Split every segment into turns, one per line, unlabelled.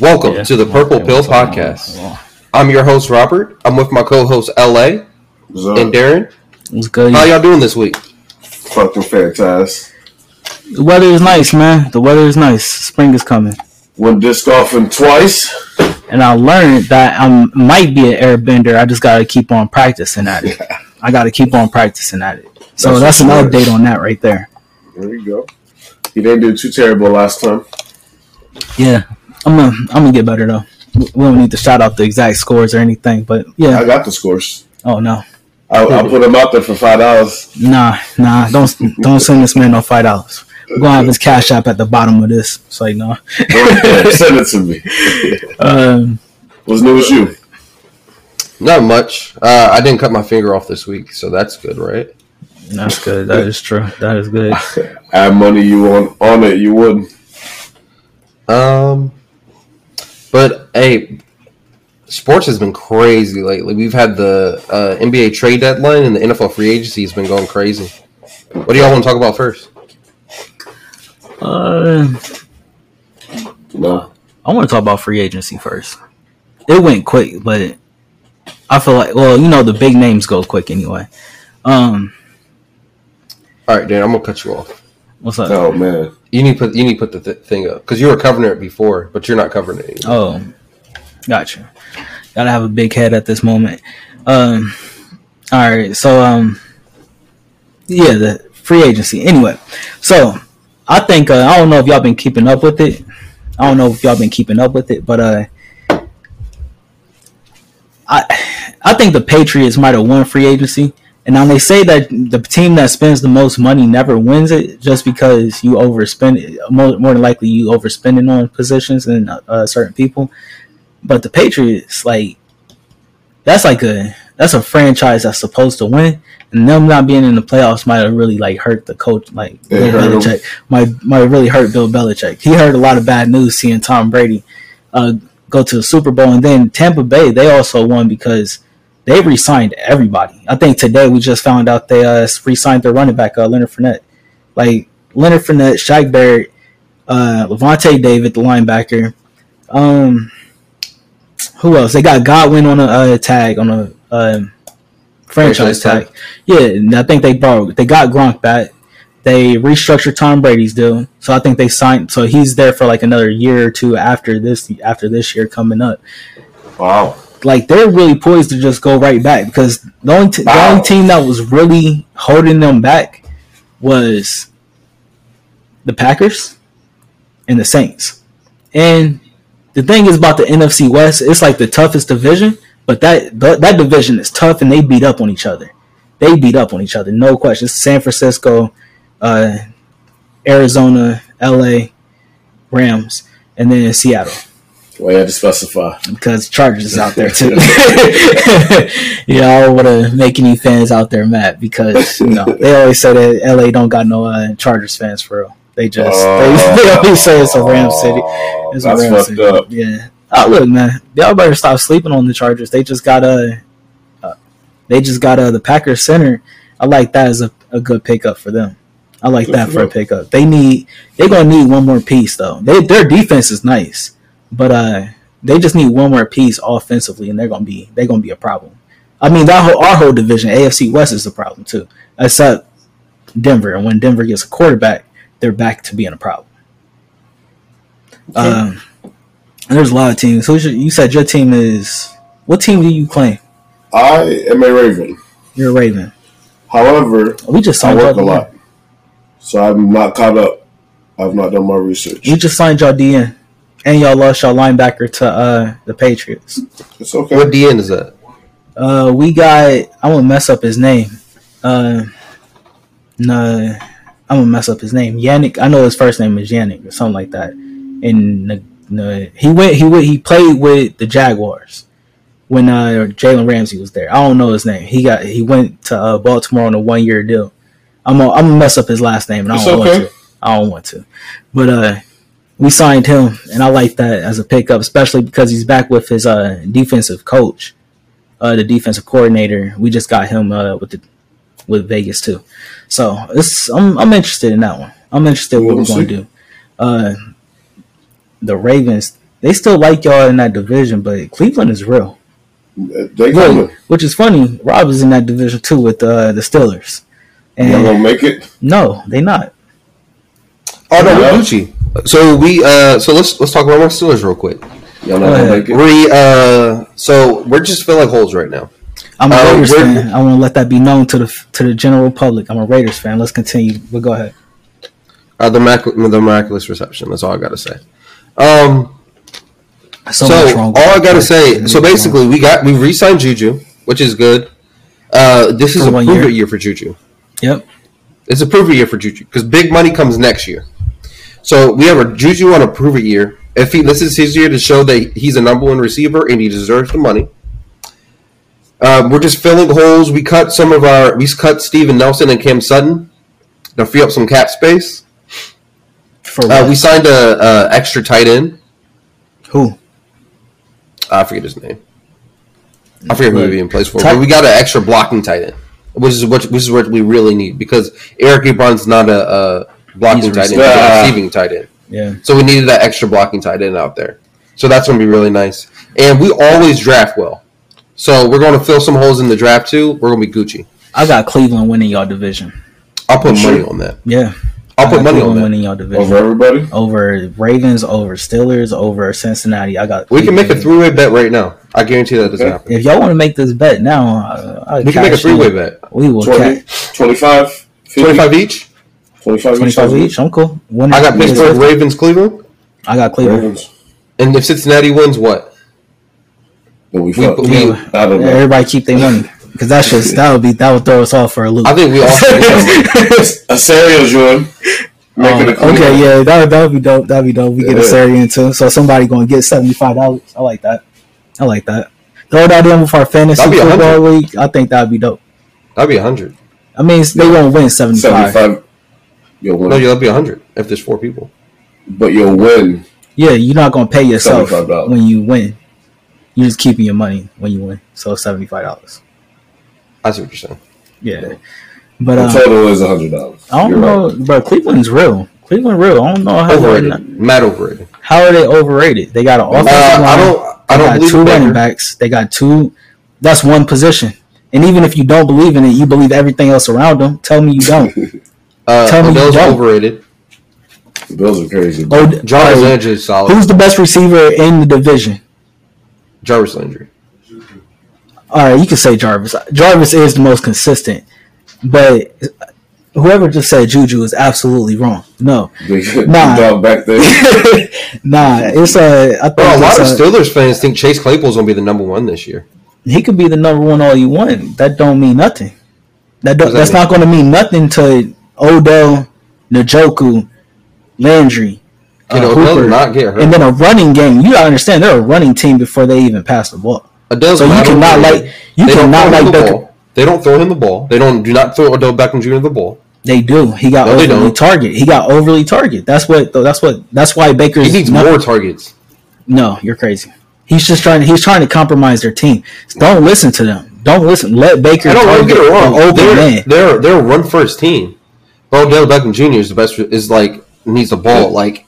Welcome to the Purple Pill Podcast. I'm your host Robert. I'm with my co-host LA
What's up?
and Darren.
What's good?
How y'all doing this week?
Fucking fantastic.
The weather is nice, man. The weather is nice. Spring is coming.
Went disc golfing twice.
And I learned that I might be an airbender. I just got to keep on practicing at it. I got to keep on practicing at it. So
That's
that's, an
what's
update on that right there.
There you go. He didn't do too terrible last time.
Yeah. I'm going to I'm gonna get better, though. We we don't need to shout out the exact scores or anything, but
I
yeah.
got the scores.
Oh, no.
I, I put him out there for five dollars.
Nah, nah. Don't don't send this man no $5. We're going to have his cash app at the bottom of this. It's like, no.
Send it to me.
Um,
What's new with you?
Not much. Uh, I didn't cut my finger off this week, so that's good, right?
that's good. That is true. That is good.
Add money you on on it, you wouldn't.
Um, but hey, sports has been crazy lately. We've had the uh, NBA trade deadline and the NFL free agency has been going crazy. What do y'all want to talk about first?
Uh,
No.
I want to talk about free agency first. It went quick, but I feel like, well, you know, the big names go quick anyway. Um,
All right, Dan, I'm gonna cut you off.
what's up?
Oh man.
You need to put you need to put the th- thing up because you were covering it before, but you're not covering it. Anymore.
Oh, gotcha. Gotta have a big head at this moment. Um, all right, so um, yeah, the free agency. Anyway, so I think uh, I don't know if y'all been keeping up with it. I don't know if y'all been keeping up with it, but uh, I I think the Patriots might have won free agency. And now they say that the team that spends the most money never wins it, just because you overspend. More, more than likely, you overspending on positions and uh, certain people. But the Patriots, like, that's like a that's a franchise that's supposed to win, and them not being in the playoffs might have really like hurt the coach, like
It
Bill
hurt 'em.
Belichick. Might might really hurt Bill Belichick. He heard a lot of bad news seeing Tom Brady uh, go to the Super Bowl, and then Tampa Bay they also won because they re-signed everybody. I think today we just found out they uh, re-signed their running back, uh, Leonard Fournette. Like Leonard Fournette, Shaq Barrett, uh, Levante David, the linebacker. Um, who else? They got Godwin on a uh, tag on a um
Franchise
franchise
tag.
tag. Yeah, and I think they borrowed. They got Gronk back. They restructured Tom Brady's deal, so I think they signed. So he's there for like another year or two after this after this year coming up
Wow.
like they're really poised to just go right back because the only t- the
Wow.
only team that was really holding them back was the Packers and the Saints. And the thing is about the NFC West, it's like the toughest division, but that that, that division is tough and they beat up on each other. They beat up on each other, no question. San Francisco, uh, Arizona, LA, Rams, and then Seattle
Well, you had to specify.
because Chargers is out there too. you know, I don't want to make any fans out there mad because you know they always say that LA don't got no uh, Chargers fans for real. They just
Uh,
they, they always say it's a Ram city.
Oh,
It's a
That's
Ram
fucked
city.
up.
Yeah. Oh, look, man, y'all better stop sleeping on the Chargers. They just got a, uh, they just got uh, the Packers center. I like that as a, a good pickup for them. I like
Good
that
for
for a
them.
pickup. They need they're gonna need one more piece though. They, their defense is nice, but uh, they just need one more piece offensively, and they're gonna be they're gonna be a problem. I mean, that whole our whole division, AFC West, is a problem too, except Denver. And when Denver gets a quarterback, they're back to being a problem. Um, and there's a lot of teams. Who's your, you said your team is what team do you claim?
I am a Raven.
You're a Raven.
However,
We just
I
signed
work a
y'all DN.
lot. So I'm not caught up. I've not done my research.
We just signed y'all DN, and y'all lost y'all linebacker to uh, the Patriots.
It's okay.
What DN is that?
Uh, we got. I'm gonna mess up his name. Uh, no, I'm gonna mess up his name. Yannick. I know his first name is Yannick or something like that. And the, the, he went. He went. He played with the Jaguars when uh, Jalen Ramsey was there. I don't know his name. He got. He went to uh, Baltimore on a one year deal. I'm gonna, I'm gonna mess up his last name, and I
It's
don't
okay.
want to. I don't want to. But uh, we signed him, and I like that as a pickup, especially because he's back with his uh, defensive coach, uh, the defensive coordinator. We just got him uh, with the with Vegas too, so it's I'm I'm interested in that one. I'm interested in what
We'll
we're gonna
see.
do. Uh, the Ravens, They still like y'all in that division, but Cleveland is real.
They
Look,
coming.
which is funny. Rob is in that division too with uh, the Steelers,
They
and
gonna make it.
no, they not.
Oh no,
Yeah.
we're Gucci. So we uh so let's let's talk about more Steelers real quick.
Go
Y'all not gonna
ahead.
make it.
We uh so we're just filling holes right now.
I'm a
Uh,
Raiders
we're-
fan. I want to let that be known to the to the general public. I'm a Raiders fan. Let's continue. But go ahead.
Uh, the mac- the miraculous reception. That's all I gotta say. Um, so
much wrong
all
with
I
that
gotta
pick.
say.
Much
So
wrong.
basically, we got we re-signed Juju, which is good. Uh, this is
For
a
one
prove
year.
it year for Juju.
Yep.
It's a prove it year for Juju because big money comes next year. So we have a Juju on a prove it year. If he this is his year to show that he's a number one receiver and he deserves the money. Uh, we're just filling holes. We cut some of our we cut Steven Nelson and Cam Sutton to free up some cap space.
For
Uh,
what?
we signed a, a extra tight end.
who?
I forget his name. I forget who
Look,
he even plays for.
Ty-
but we got an extra blocking tight end, which is what which is what we really need because Eric Ebron's not a, uh blocking
He's a
tight end, he's
receiver.
a receiving tight end.
Yeah.
So we needed that extra blocking tight end out there. So that's going to be really nice. And we always draft well. So we're going to fill some holes in the draft too. We're going to be Gucci.
I got Cleveland winning y'all division.
I'll put
Sure.
money on that.
Yeah.
I'll
I
put
got
money on
Cleveland
that.
winning y'all division.
Over everybody.
over Ravens, over Steelers, over Cincinnati. I got.
We can make a
Cleveland.
three-way bet right now. I guarantee that doesn't
Okay.
happen.
If y'all want to make this bet now, uh, I'll
We can make a
cash
three-way
in.
bet.
We will
20,
catch
25, 50,
Twenty-five each.
25 each.
twenty-five each. I'm cool. One
I got
half is
Pittsburgh,
fifty.
Ravens, Cleveland.
I got Cleveland.
Ravens.
And if Cincinnati wins, what?
Then we
We,
fuck.
we
I don't know.
Everybody keep their money because that should that would be that would throw us off for a loop.
I think we all
Asario's doing. Making a
Oh,
clean.
okay, yeah, that that would be dope. That'd be dope. We get a
Yeah.
Syrian too, so somebody gonna get seventy five dollars. I like that. I like that. Throw that in with our fantasy
That'd be a
football league. I think that'd be dope.
that'd be hundred.
I mean, they won't win seventy five.
75. You'll win.
No, yeah, that'd be hundred if there's four people.
but you'll win.
Yeah, you're not gonna pay yourself
$75.
when you win. You're just keeping your money when you win. So seventy five dollars.
I see what you're saying.
Yeah, but
The
uh,
total is $100.
I don't
You're
know, bro. Cleveland's real. Cleveland real. I don't know how they're not-
Overrated. Mad overrated.
how are they overrated. They got an
Uh,
offensive line.
I don't. I
They
don't
got
believe
two
in
running
Baker.
backs. They got two. That's one position. And even if you don't believe in it, you believe everything else around them. Tell me you don't. Tell
Uh,
me
Odell's
you don't.
overrated.
The Bills are crazy. bro.
Od-
Jarvis
Od-
Landry is solid.
who's the best receiver in the division?
Jarvis Landry.
All right, you can say Jarvis. Jarvis is the most consistent, but whoever just said Juju is absolutely wrong. No,
They got
Oh, Nah.
dog back there.
nah, it's a. I think
Bro, Oh, a lot of
it's a-
Steelers fans think Chase Claypool's gonna be the number one this year.
he could be the number one all you want. That don't mean nothing. That don't,
What does that
that's not going to mean nothing to Odell, Njoku, Landry,
Can
uh,
Odell
Hooper,
not get hurt?
and then a running game. You gotta understand they're a running team before they even pass the ball.
Odell's
So you
mad
cannot
overrated.
like you
They don't
cannot
throw him
like
the
Baker.
ball. They don't throw him the ball. They don't do not throw Odell Beckham Jr. the ball.
They do. He got
No, they
overly
don't.
target. He got overly target. That's what. That's what. That's why Baker's.
He needs
no,
more targets.
No, you're crazy. He's just trying. He's trying to compromise their team. Don't listen to them. Don't listen. Let Baker.
I don't want to
target
get it wrong.
an Open
they're,
man.
they're they're a run first team. But Odell Beckham Jr. is the best. Is like needs the ball like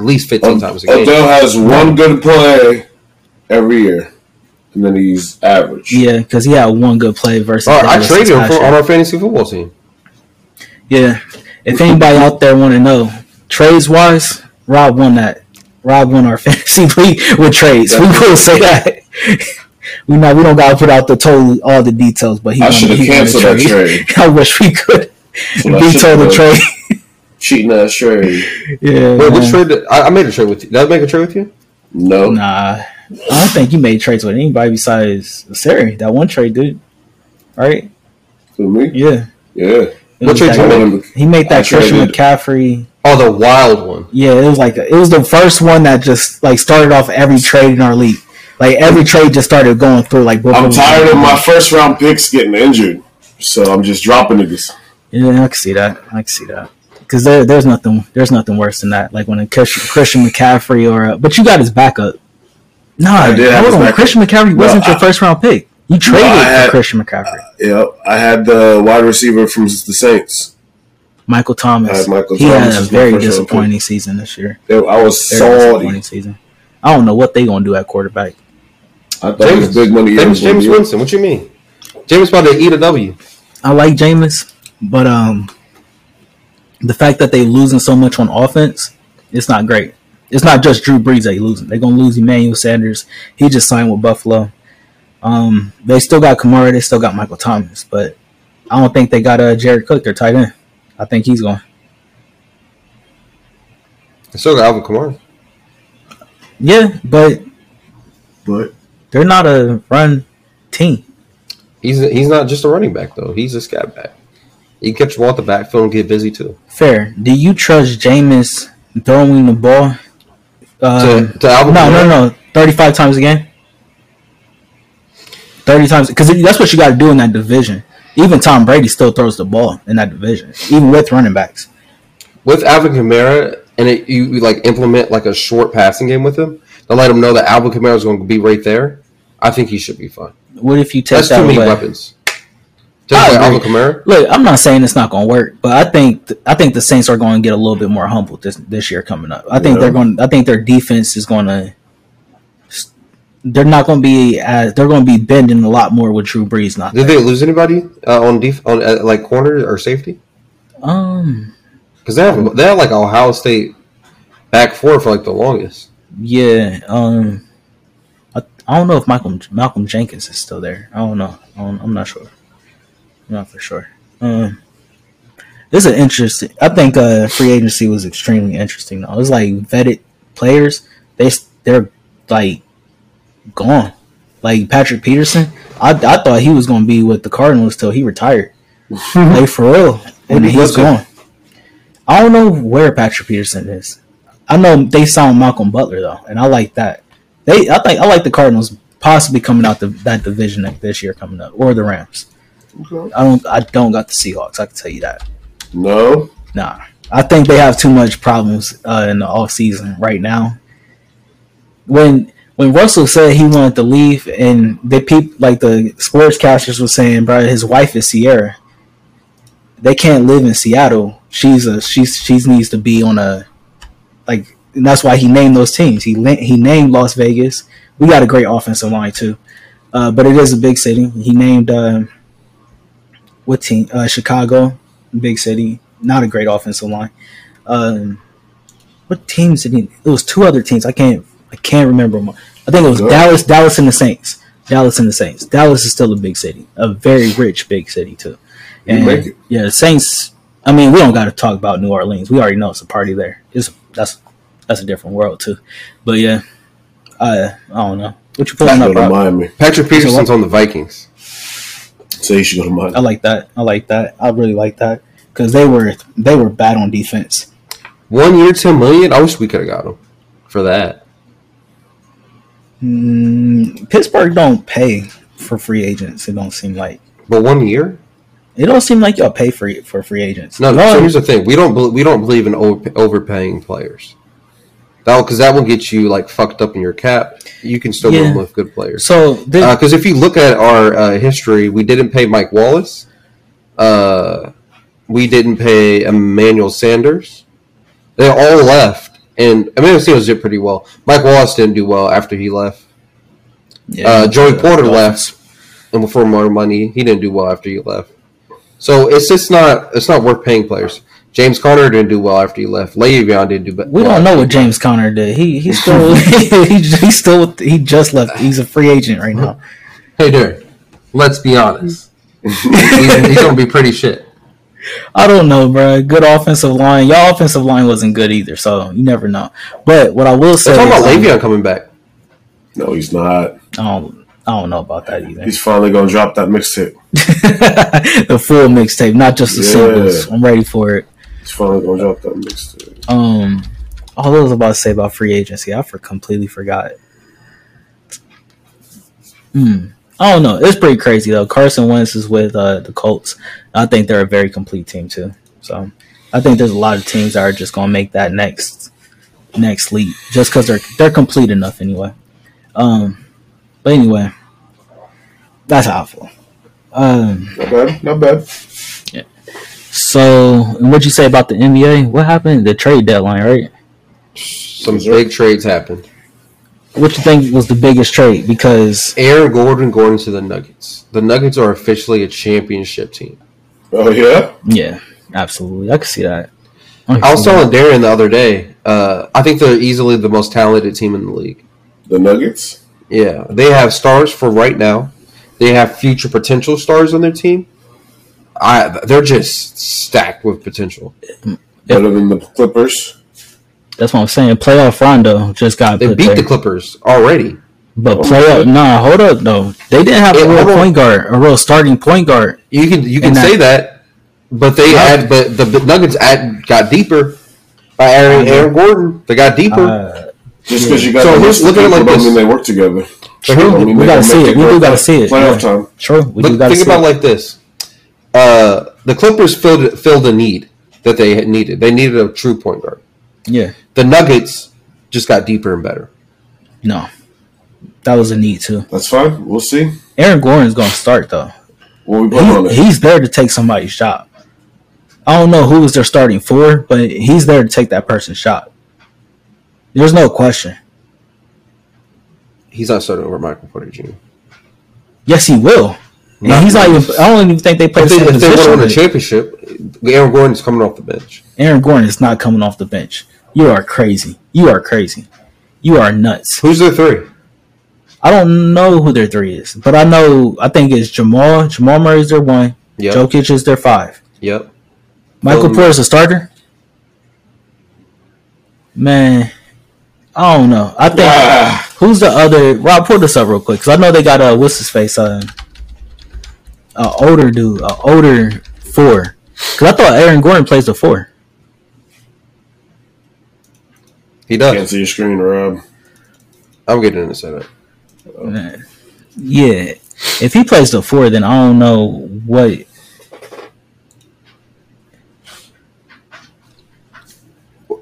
at least
Oh,
fifteen times a game.
Odell has one good play every year, and then he's average.
Yeah, because he had one good play versus.
All right, Oh, I
Dallas
traded
this
him
past
for,
year.
on our fantasy football team.
Yeah. If anybody out there want to know trades wise, Rob won that. Rob won our fantasy league with trades. We will say that. we not. We don't gotta put out the total all the details, but he.
I
won-
should
he won
have
the
canceled that trade.
I wish we could
Well, that
veto
should've
the
been
trade.
Cheating ass trade.
yeah.
Wait, which
man.
trade? Did, I, I made a trade with you. Did I make a trade with you?
No.
Nah, I don't think you made trades with anybody besides Sari. That one trade, dude. Right?
To me?
Yeah.
Yeah.
It
What
was
trade
that
you
guy.
I
made?
wanted to-
He made that
I
Christian
traded-
McCaffrey.
Oh, the wild one.
Yeah, it was like it was the first one that just like started off every trade in our league. Like every trade just started going through. Like
I'm tired of my first round picks getting injured, so I'm just dropping niggas.
Yeah, I can see that. I can see that. Because there, there's nothing, there's nothing worse than that. Like when a Christian, Christian McCaffrey or uh, but you got his backup. Nah,
I did have
hold
his
on.
backup.
Christian McCaffrey
No,
wasn't your
I-
first round pick. You traded
I
for
had-
Christian McCaffrey,
Yep, I had the wide receiver from the Saints.
Michael Thomas.
I had Michael
he
Thomas
had
as
a
my
very
first round
disappointing season this year.
They- I was
Very
salty.
disappointing season. I don't know what they gonna do at quarterback.
I thought it
James,
was big money.
James,
years,
James
one year.
Winston. What you mean? James about to eat a W.
I like Jameis, but um, the fact that they losing so much on offense, it's not great. It's not just Drew Brees they losing. They're gonna lose Emmanuel Sanders. He just signed with Buffalo. Um, they still got Kamara. They still got Michael Thomas, but I don't think they got uh, Jared Cook, their tight end. I think he's going.
They Still got Alvin Kamara.
Yeah, but
But
they're not a run team.
He's he's not just a running back though. He's a scat back. You can catch him off the backfield and get busy too.
Fair. Do you trust Jameis throwing the ball? Uh,
to, to Alvin
no,
Kamara,
no, no. Thirty-five times a game. Thirty times, because that's what you got to do in that division. Even Tom Brady still throws the ball in that division, even with running backs.
with Alvin Kamara, and it, you, you like implement like a short passing game with him to let him know that Alvin Kamara is going to be right there. I think he should be fine.
What if you take
That's
that
too many
away?
weapons. Just like
agree.
Alvin Kamara.
Look, I'm not saying it's not going to work, but I think th- I think the Saints are going to get a little bit more humble this this year coming up. I think
Yeah.
they're going. I think their defense is going to. They're not going to be as they're going to be bending a lot more with Drew Brees not.
Did they lose anybody uh, on def- on uh, like corner or safety?
Um.
Because they have they had like Ohio State back four for like the longest.
Yeah. Um. I, I don't know if Malcolm Malcolm Jenkins is still there. I don't know. I don't, I'm not sure. I'm not for sure. Um. This is interesting. I think uh, free agency was extremely interesting. Though. It was like vetted players. They s- they're like gone. Like Patrick Peterson, I, I thought he was gonna be with the Cardinals till he retired. like for real, and
he
he's
wasn't.
gone. I don't know where Patrick Peterson is. I know they signed Malcolm Butler though, and I like that. They, I think I like the Cardinals possibly coming out the, that division like, this year coming up, or the Rams. I don't, I don't got the Seahawks. I can tell you that.
no,
Nah, I think they have too much problems uh, in the off season right now. When when Russell said he wanted to leave, and the peop like the sportscasters were saying, bro, his wife is Sierra. They can't live in Seattle. She's a she's she's needs to be on a like. And that's why he named those teams. He la- he named Las Vegas. We got a great offensive line too, uh, but it is a big city. He named uh, what team? Uh, Chicago, big city. Not a great offensive line. Um, what teams did he? It was two other teams. I can't I can't remember them. I think it was
Good.
Dallas, Dallas and the Saints. Dallas and the Saints. Dallas is still a big city, a very rich big city too.
You
And
make it.
yeah, the Saints. I mean, we don't got to talk about New Orleans. We already know it's a party there. It's that's that's a different world too. But yeah, I I don't know what you pulling
he's
up.
going
Rob?
to Miami.
Patrick Peterson's on the Vikings.
Say you should go to
I
Miami.
like that. I like that. I really like that because they were they were bad on defense.
One year, ten million. I wish we could have got him for that.
Mm, Pittsburgh don't pay for free agents. It don't seem like
But one year,
it don't seem like y'all pay for for free agents.
No,
Y'all-
so here's the thing: we don't bel- we don't believe in over, overpaying players. That because that will get you like fucked up in your cap. You can still
Yeah.
win with good players.
so this,
Because if you look at our uh, history, we didn't pay Mike Wallace. Uh, we didn't pay Emmanuel Sanders. They all left, and Emmanuel Sanders did pretty well. Mike Wallace didn't do well after he left.
yeah,
Uh, Joey
the
Porter
Dolphins.
left, and for more money, he didn't do well after he left. So it's just not it's not worth paying players. James Conner didn't do well after he left. Le'Veon didn't do. Be-
We
well.
don't know what James Conner did. He he's still he's, he's still he just left. He's a free agent right now.
Hey, dude, let's be honest. he's, he's gonna be pretty shit.
I don't know, bro. Good offensive line. Your offensive line wasn't good either, so you never know. But what I will say,
They're talking about
is,
Le'Veon coming back.
No, he's not.
I don't, I don't know about that either.
He's finally going to drop that mixtape.
the full mixtape, not just the
Yeah.
singles. I'm ready for it.
He's finally going to drop that mixtape.
Um, all I was about to say about free agency, I for completely forgot. Hmm. I don't know. It's pretty crazy though. Carson Wentz is with uh, the Colts. I think they're a very complete team too. So I think there's a lot of teams that are just gonna make that next next leap just because they're they're complete enough anyway. Um, but anyway, that's how I feel. Um.
Not bad. Not bad.
So, and what'd you say about the NBA? What happened? The trade deadline, right?
Some
Is there-
big trades happened.
what you think was the biggest trade? Because
Aaron Gordon going to the Nuggets. The Nuggets are officially a championship team.
Oh yeah,
yeah, absolutely, I could see that.
I was telling Darren the other day. Uh, I think they're easily the most talented team in the league.
the Nuggets.
Yeah, they have stars for right now. They have future potential stars on their team. I they're just stacked with potential.
Better than the Clippers.
that's what I'm saying. Playoff Rondo just got
They
put
beat
there.
the Clippers already.
but
Oh,
playoff, nah, hold up, though. They didn't have
Yeah,
a real
hold on.
point guard, a real starting point guard.
You can you can
And
say that, but they
Yeah.
had but the Nuggets add, got deeper by Aaron Aaron Gordon. They got deeper.
Uh,
Just because you got
So
the
let's
list of
look at it
people
like
don't
this.
mean they work together.
True.
Don't mean
We
they
gotta
don't
see
make
it. We do
work.
gotta see it.
Playoff
Yeah.
time.
true. We do
Look,
gotta
think
see.
about it like this: uh, the Clippers filled filled a need that they had needed. They needed a true point guard.
yeah,
The Nuggets just got deeper and better.
no, that was a need too.
That's fine. We'll see.
Aaron Gordon's gonna start though.
What we put on
He,
it.
he's there to take somebody's job. I don't know who was their starting for, but he's there to take that person's shot. There's no question.
He's not starting over Michael Porter Jr.
Yes, he will.
Not
and he's not even.
close.
I don't even think they play
If
the
they,
same
if they want to
position.
win a
but
championship, Aaron Gordon's coming off the bench.
Aaron Gordon is not coming off the bench. You are crazy. You are crazy. You are nuts.
Who's their three?
I don't know who their three is, but I know. I think it's Jamal. Jamal Murray is their one.
Yep.
Jokic is their five.
Yep.
Michael
Um,
Porter's a starter. Man, I don't know. I think
Ah,
who's the other? Rob, pull this up real quick because I know they got a what's his face, uh, a older dude, a older four. Because I thought Aaron Gordon plays the four.
He
can't
does.
see your screen, Rob.
I'm getting into that.
Man. Yeah, if he plays the four, then I don't know what.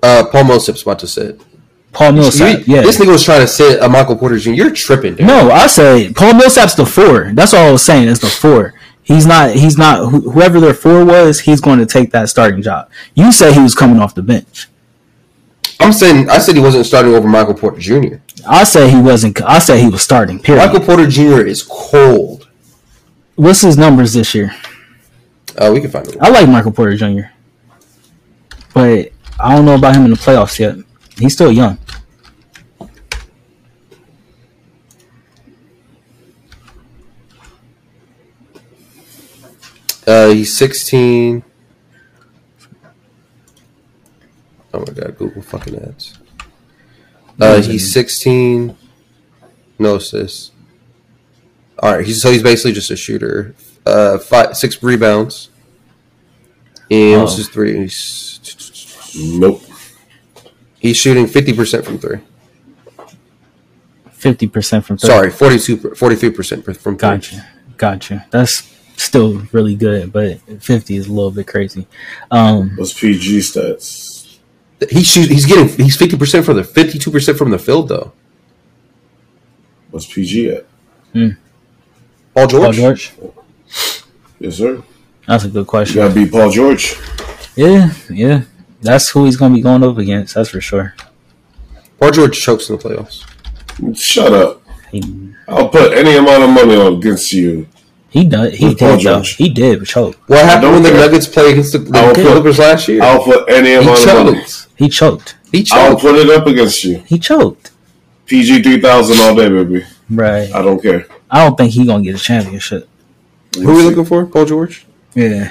Uh, Paul Millsap's about to sit.
Paul Millsap,
You-
yeah.
This nigga was trying to sit a Michael Porter Jr. You're tripping, dude.
No, I say Paul Millsap's the four. That's all I was saying. Is the four. He's not. He's not. wh- Whoever their four was, he's going to take that starting job. You say he was coming off the bench.
I'm saying I said he wasn't starting over Michael Porter Jr.
I say he wasn't. I say he was starting. Period.
Michael Porter Jr. is cold.
What's his numbers this year?
Uh, we can find it.
I like Michael Porter Jr. But I don't know about him in the playoffs yet. He's still young.
Uh, he's 16. Oh my god, Google fucking ads. Uh, he's 16. No assists. All right, he's, so he's basically just a shooter. Uh, five, six rebounds. And what's
Oh.
his three? He's,
Nope.
he's shooting 50% from three.
Fifty percent from thirty.
Sorry, 42, 43% per- from three.
Gotcha. Gotcha. That's still really good, but fifty is a little bit crazy. Um
Those PG stats.
He shoot, he's getting he's 50% from the 52% from the field though.
What's PG at?
Paul George?
Paul Oh, George?
Yes, sir.
That's a good
You
question.
gotta beat Paul George.
Yeah, yeah. That's who he's gonna be going up against, that's for sure.
Paul George chokes in the playoffs.
Shut up.
He
I'll put any amount of money on against you.
he did he
With Paul
did though.
George.
He did choke.
What happened
don't
when the
care.
Nuggets played against the, the
I'll put-
Clippers last year?
I'll put any
he
amount of money.
choked.
He choked.
He
I'll
choked.
put it up against you.
He choked.
PG three thousand all day, baby.
Right.
I don't care.
I don't think he gonna get a championship.
Who are we looking for? Paul George?
Yeah.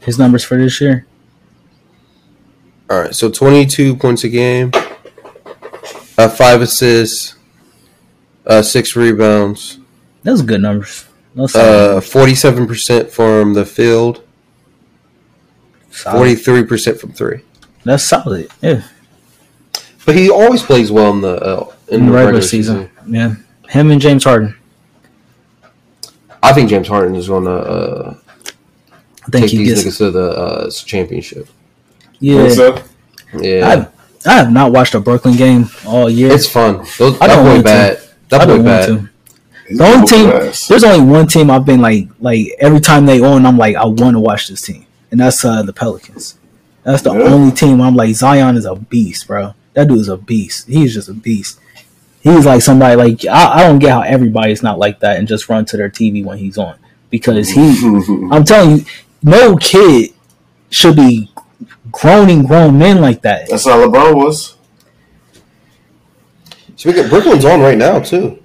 His numbers for this year.
All right, so 22 points a game, uh, five assists, uh, six rebounds,
Those are good numbers. Those
uh, 47% from the field,
solid.
43% from three.
That's solid. Yeah.
But he always plays well in the uh, in, the regular season.
Yeah. Him and James Harden.
I think James Harden is going to uh,
I think
take
he
these
gets.
niggas to the uh, championship.
Think
Yeah.
so?
Yeah,
I, I have not watched a Brooklyn game all year.
it's fun. Those, that
I don't
boy
want to.
bad.
I
That boy
don't
bad.
want to.
He's
The only
whooping
team.
ass.
There's only one team I've been like like every time they own, I'm like I want to watch this team, and that's uh, the Pelicans. That's the
Yeah.
only team I'm like Zion is a beast, bro. That dude's a beast. He's just a beast. He's like somebody like I, I don't get how everybody's not like that and just run to their TV when he's on because
Mm-hmm.
he. I'm telling you, no kid should be groaning grown men like that.
That's how LeBron was.
Speaking of, Brooklyn's on right now too.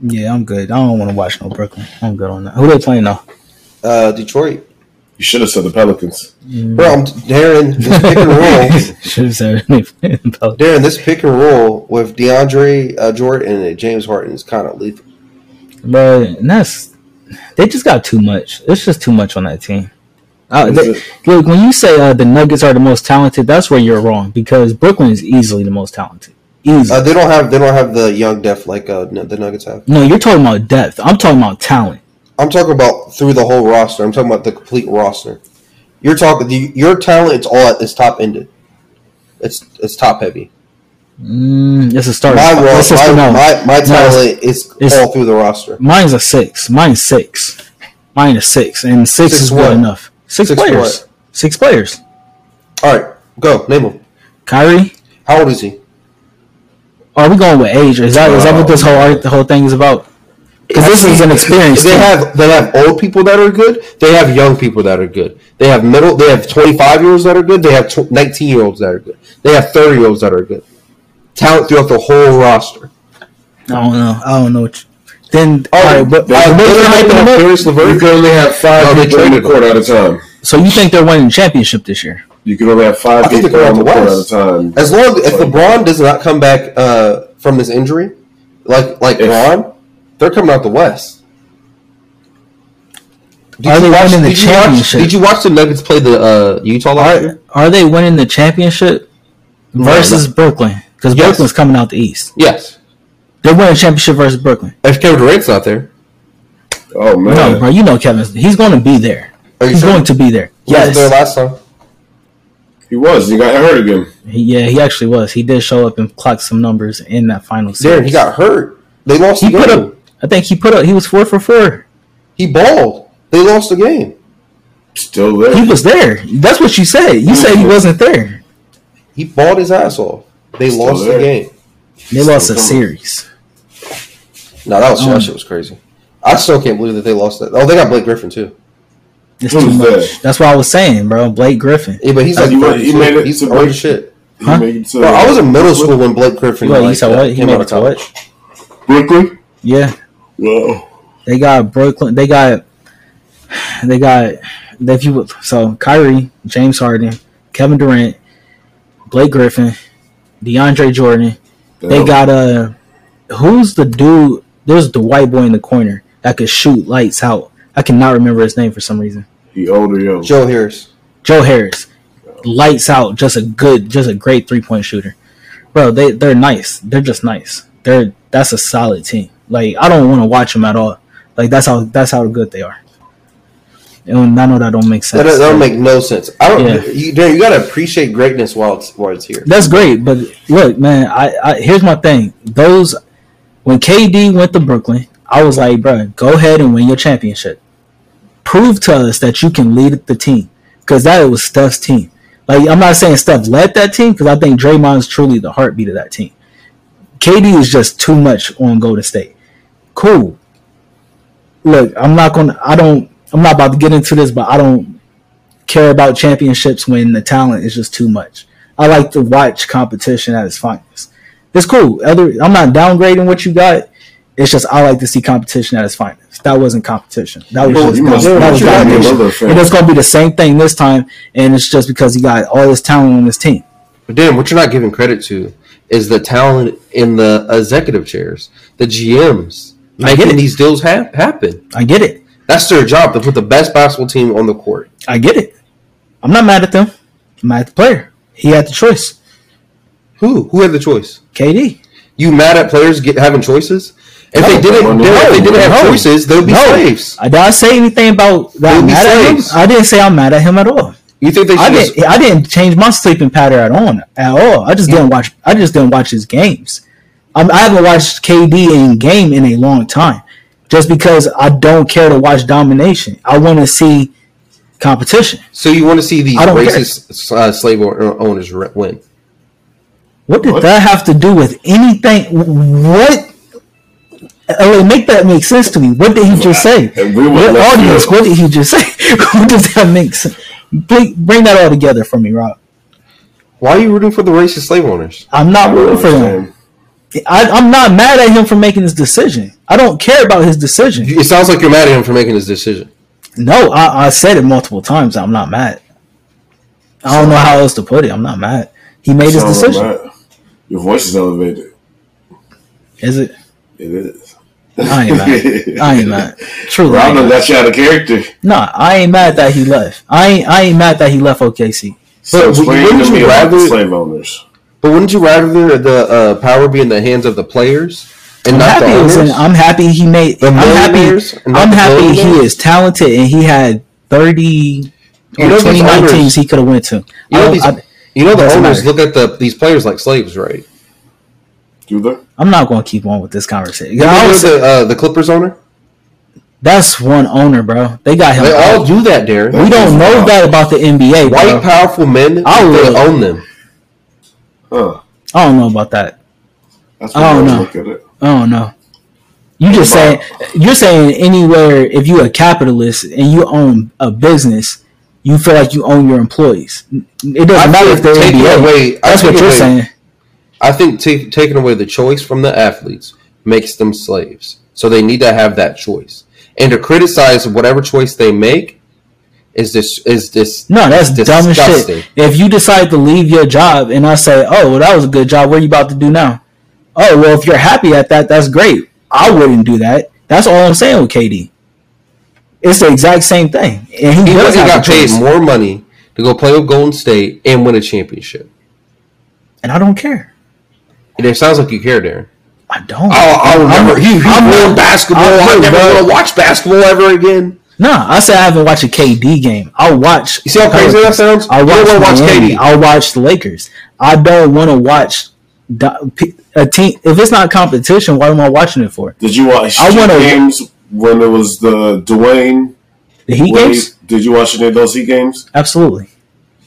Yeah, I'm good. I don't want to watch no Brooklyn. I'm good on that. Who they playing now?
Uh, Detroit.
You should have said the Pelicans.
Bro, I'm Darren. This pick and roll.
Should have said they playing the Pelicans.
Darren, this pick and roll with DeAndre uh, Jordan and James Harden is kind of lethal.
Bro, and that's they just got too much. It's just too much on that team. Uh,
Is
they-
it-
look, when you say uh, the Nuggets are the most talented, that's where you're wrong because Brooklyn is easily the most talented. Easy.
Uh, they don't have they don't have the young depth like uh, n- the Nuggets have.
no, you're talking about depth. I'm talking about talent.
I'm talking about through the whole roster. I'm talking about the complete roster. You're talking the, your talent. It's all it's top ended. It's it's top heavy.
Mm, it's a starting.
My
spot.
ro-
That's just-
my,
no.
my, my
No,
talent is
it's-
all through the roster.
Mine's a six. Mine's six. Mine is six, and six,
Six
is good
what?
enough. Six,
Six
players.
what?
Six players.
All right, go name him.
Kyrie.
How old is he?
Are we going with age? Or is that is that what this whole art, the whole thing is about? Because this is an experience.
They
thing.
have they have old people that are good. They have young people that are good. They have middle. They have twenty five year olds that are good. They have tw- nineteen year olds that are good. They have thirty year olds that are good. Talent throughout the whole roster.
I don't know. I don't know. What you, then all
Oh,
right, but
they-
all
they
right, what
don't
you're
have
hyping them up?
Caris
You
LeVert.
can only have five
No, they
people in the
traded
court at a time.
So you think they're winning the championship this year?
You can only have
I
five
think
people
they're
on
going
the
to
court at a
West.
time.
As long if LeBron does not come back uh, from this injury, like like
If-
Ron, they're coming out the West. Did
Are
you
they
watch-
winning the
did you watch-
championship?
Did you watch the Nuggets play the uh, Utah last
Are
year?
are they winning the championship versus Brooklyn? Because
Yes.
Brooklyn's coming out the East.
Yes.
They're winning the championship versus Brooklyn.
If Kevin Durant's not there,
Oh man,
No, bro, you know Kevin. He's going to be there.
are you
He's
sure?
going to be there.
He was
Yes.
there last time.
he was. He got hurt again.
He- yeah, he actually was. He did show up and clock some numbers in that final series.
Darren, he got hurt. They lost
He
the
put
game.
up. I think he put up. He was four for four.
He balled. They lost the game.
Still there.
He was there. That's what you said. You said he wasn't there.
He balled his ass off. They
Still
lost the
there.
game.
They lost a series.
No, that was
Um,
that shit was crazy. I still can't believe that they lost that. Oh, they got Blake Griffin too.
It's
Who's
too much.
that?
That's what I was saying, bro. Blake Griffin.
Yeah, but he's like
He made-
32.
he made it
he's
to
old
Blake-
as shit.
He
Huh?
made it to-
Bro, I was in middle school when Blake Griffin.
Wait, you
like,
said
uh,
what? He
came
made
out
it
of
to what?
college.
Brooklyn.
Yeah,
Wow.
they got Brooklyn. They got. They got. If you would- so Kyrie, James Harden, Kevin Durant, Blake Griffin, DeAndre Jordan. They
Damn.
got uh, who's the dude? There's the white boy in the corner that could shoot lights out. I cannot remember his name for some reason.
He older, yo.
Joe Harris.
Joe Harris, lights out, just a good, just a great three point shooter. Bro, they they're nice. They're just nice. They're that's a solid team. Like I don't want to watch them at all. Like that's how that's how good they are. And I know that don't make
That,
sense.
that'll make no sense. I don't.
Yeah.
You, Darren, you gotta appreciate greatness while it's while it's here.
that's great, but look, man. I, I here's my thing. Those when KD went to Brooklyn, I was like, bro, go ahead and win your championship. Prove to us that you can lead the team because that was Steph's team. Like I'm not saying Steph led that team because I think Draymond's truly the heartbeat of that team. KD is just too much on Golden State. Cool. Look, I'm not gonna. I don't. I'm not about to get into this, but I don't care about championships when the talent is just too much. I like to watch competition at its finest. It's cool. Other, I'm not downgrading what you got. It's just I like to see competition at its finest. That wasn't competition. That was
Well,
just
you must-
that was
you must be a
domination.
motherfucker.
And it's gonna be the same thing this time. And it's just because he got all this talent on his team.
But Darren, what you're not giving credit to is the talent in the executive chairs, the GMs
I get
making
it.
these deals ha- happen.
I get it.
That's their job to put the best basketball team on the court.
I get it. I'm not mad at them. I'm mad at the player. He had the choice.
Who who had the choice?
KD.
You mad at players get, having choices? If
No,
they didn't,
no,
Darren, if they didn't have
no,
choices, they'd be
no.
slaves.
I, Uh, did I say anything about that?
They'll
I'm
be
mad at him?
slaves.
I didn't say I'm mad at him at all.
You think they
I
should?
didn't. I didn't change my sleeping pattern at all. At all. I just didn't watch. I just didn't watch his games. I'm, I haven't watched KD in game in a long time, just because I don't care to watch domination. I want to see competition.
So you want to see these
I don't care.
uh, racist uh, slave o- owners re- win?
What did
What?
that have to do with anything? What? LA, make that make sense to me. What did he just say?
And we
What
would left
audience?
field.
What did he just say? what does that make sense? Bring, bring that all together for me, Rob.
Why are you rooting for the racist slave owners?
I'm
I
not
don't
rooting for him.
understand.
I, I'm not mad at him for making his decision. I don't care about his decision.
It sounds like you're mad at him for making this decision.
No, I, I said it multiple times. I'm not mad. I don't know how else to put it. I'm not mad. He made his
Sound like
decision.
that. Your voice is elevated.
Is it?
It is.
I ain't mad. I ain't mad. Truly, I ain't
Rondo
mad.
got you out of character.
nah, I ain't mad that he left. I ain't, I ain't mad that he left OKC.
So
But
explain
wouldn't
to
you
me about the
rather-
slave owners.
But wouldn't you rather the uh, power be in the hands of the players and
I'm
not
happy.
the
it was
owners?
in- I'm happy he made.
The
I'm happy.
millionaires and not
I'm
the
happy he
billionaires?
is talented and he had 30
You know
or
these
29
owners-
teams he could have went to.
You know
I don't-
these-
I-
You know the
Doesn't
owners
matter.
look at the these players like slaves, right?
Do they?
I'm not going to keep on with this conversation.
You
I
know
was-
the uh, the Clippers owner?
that's one owner, bro. They got him.
They
out.
all do that, Darren.
we don't know that about the NBA. bro.
White powerful men,
I
they
would-
own them.
Huh.
I don't know about that.
That's
I
what I
don't
was
know.
looking at it.
I don't know. You just saying you're saying anywhere if you're a capitalist and you own a business, you feel like you own your employees. It doesn't matter if they're
taking
NBA.
away, I
That's what
think
you're
away-
saying.
I think ta- taking away the choice from the athletes makes them slaves. So they need to have that choice. And to criticize whatever choice they make is this is this
No, that's dumb as
disgusting.
shit. If you decide to leave your job and I say, "Oh, well, that was a good job. What are you about to do now?" Oh, well, if you're happy at that, that's great. I wouldn't do that. That's all I'm saying with KD. It's the exact same thing, and he,
He went and
does have
got
a
paid
choice,
more money to go play with Golden State and win a championship.
and I don't care.
And it sounds like you care, Darren.
I don't.
I
remember- he- he won
basketball.
I never
to watch basketball ever again.
Nah, I said I haven't watched a KD game. I'll watch.
You see how crazy that sounds?
I
You
watch,
don't wanna watch
Miami.
KD.
I'll watch the Lakers. I don't want to watch do- p- a team. If it's not competition, what am I watching it for?
Did you watch
I
I
wanna-
games when it was the Dwayne?
The Heat
Wade?
games,
Did you watch any of those Heat games?
absolutely.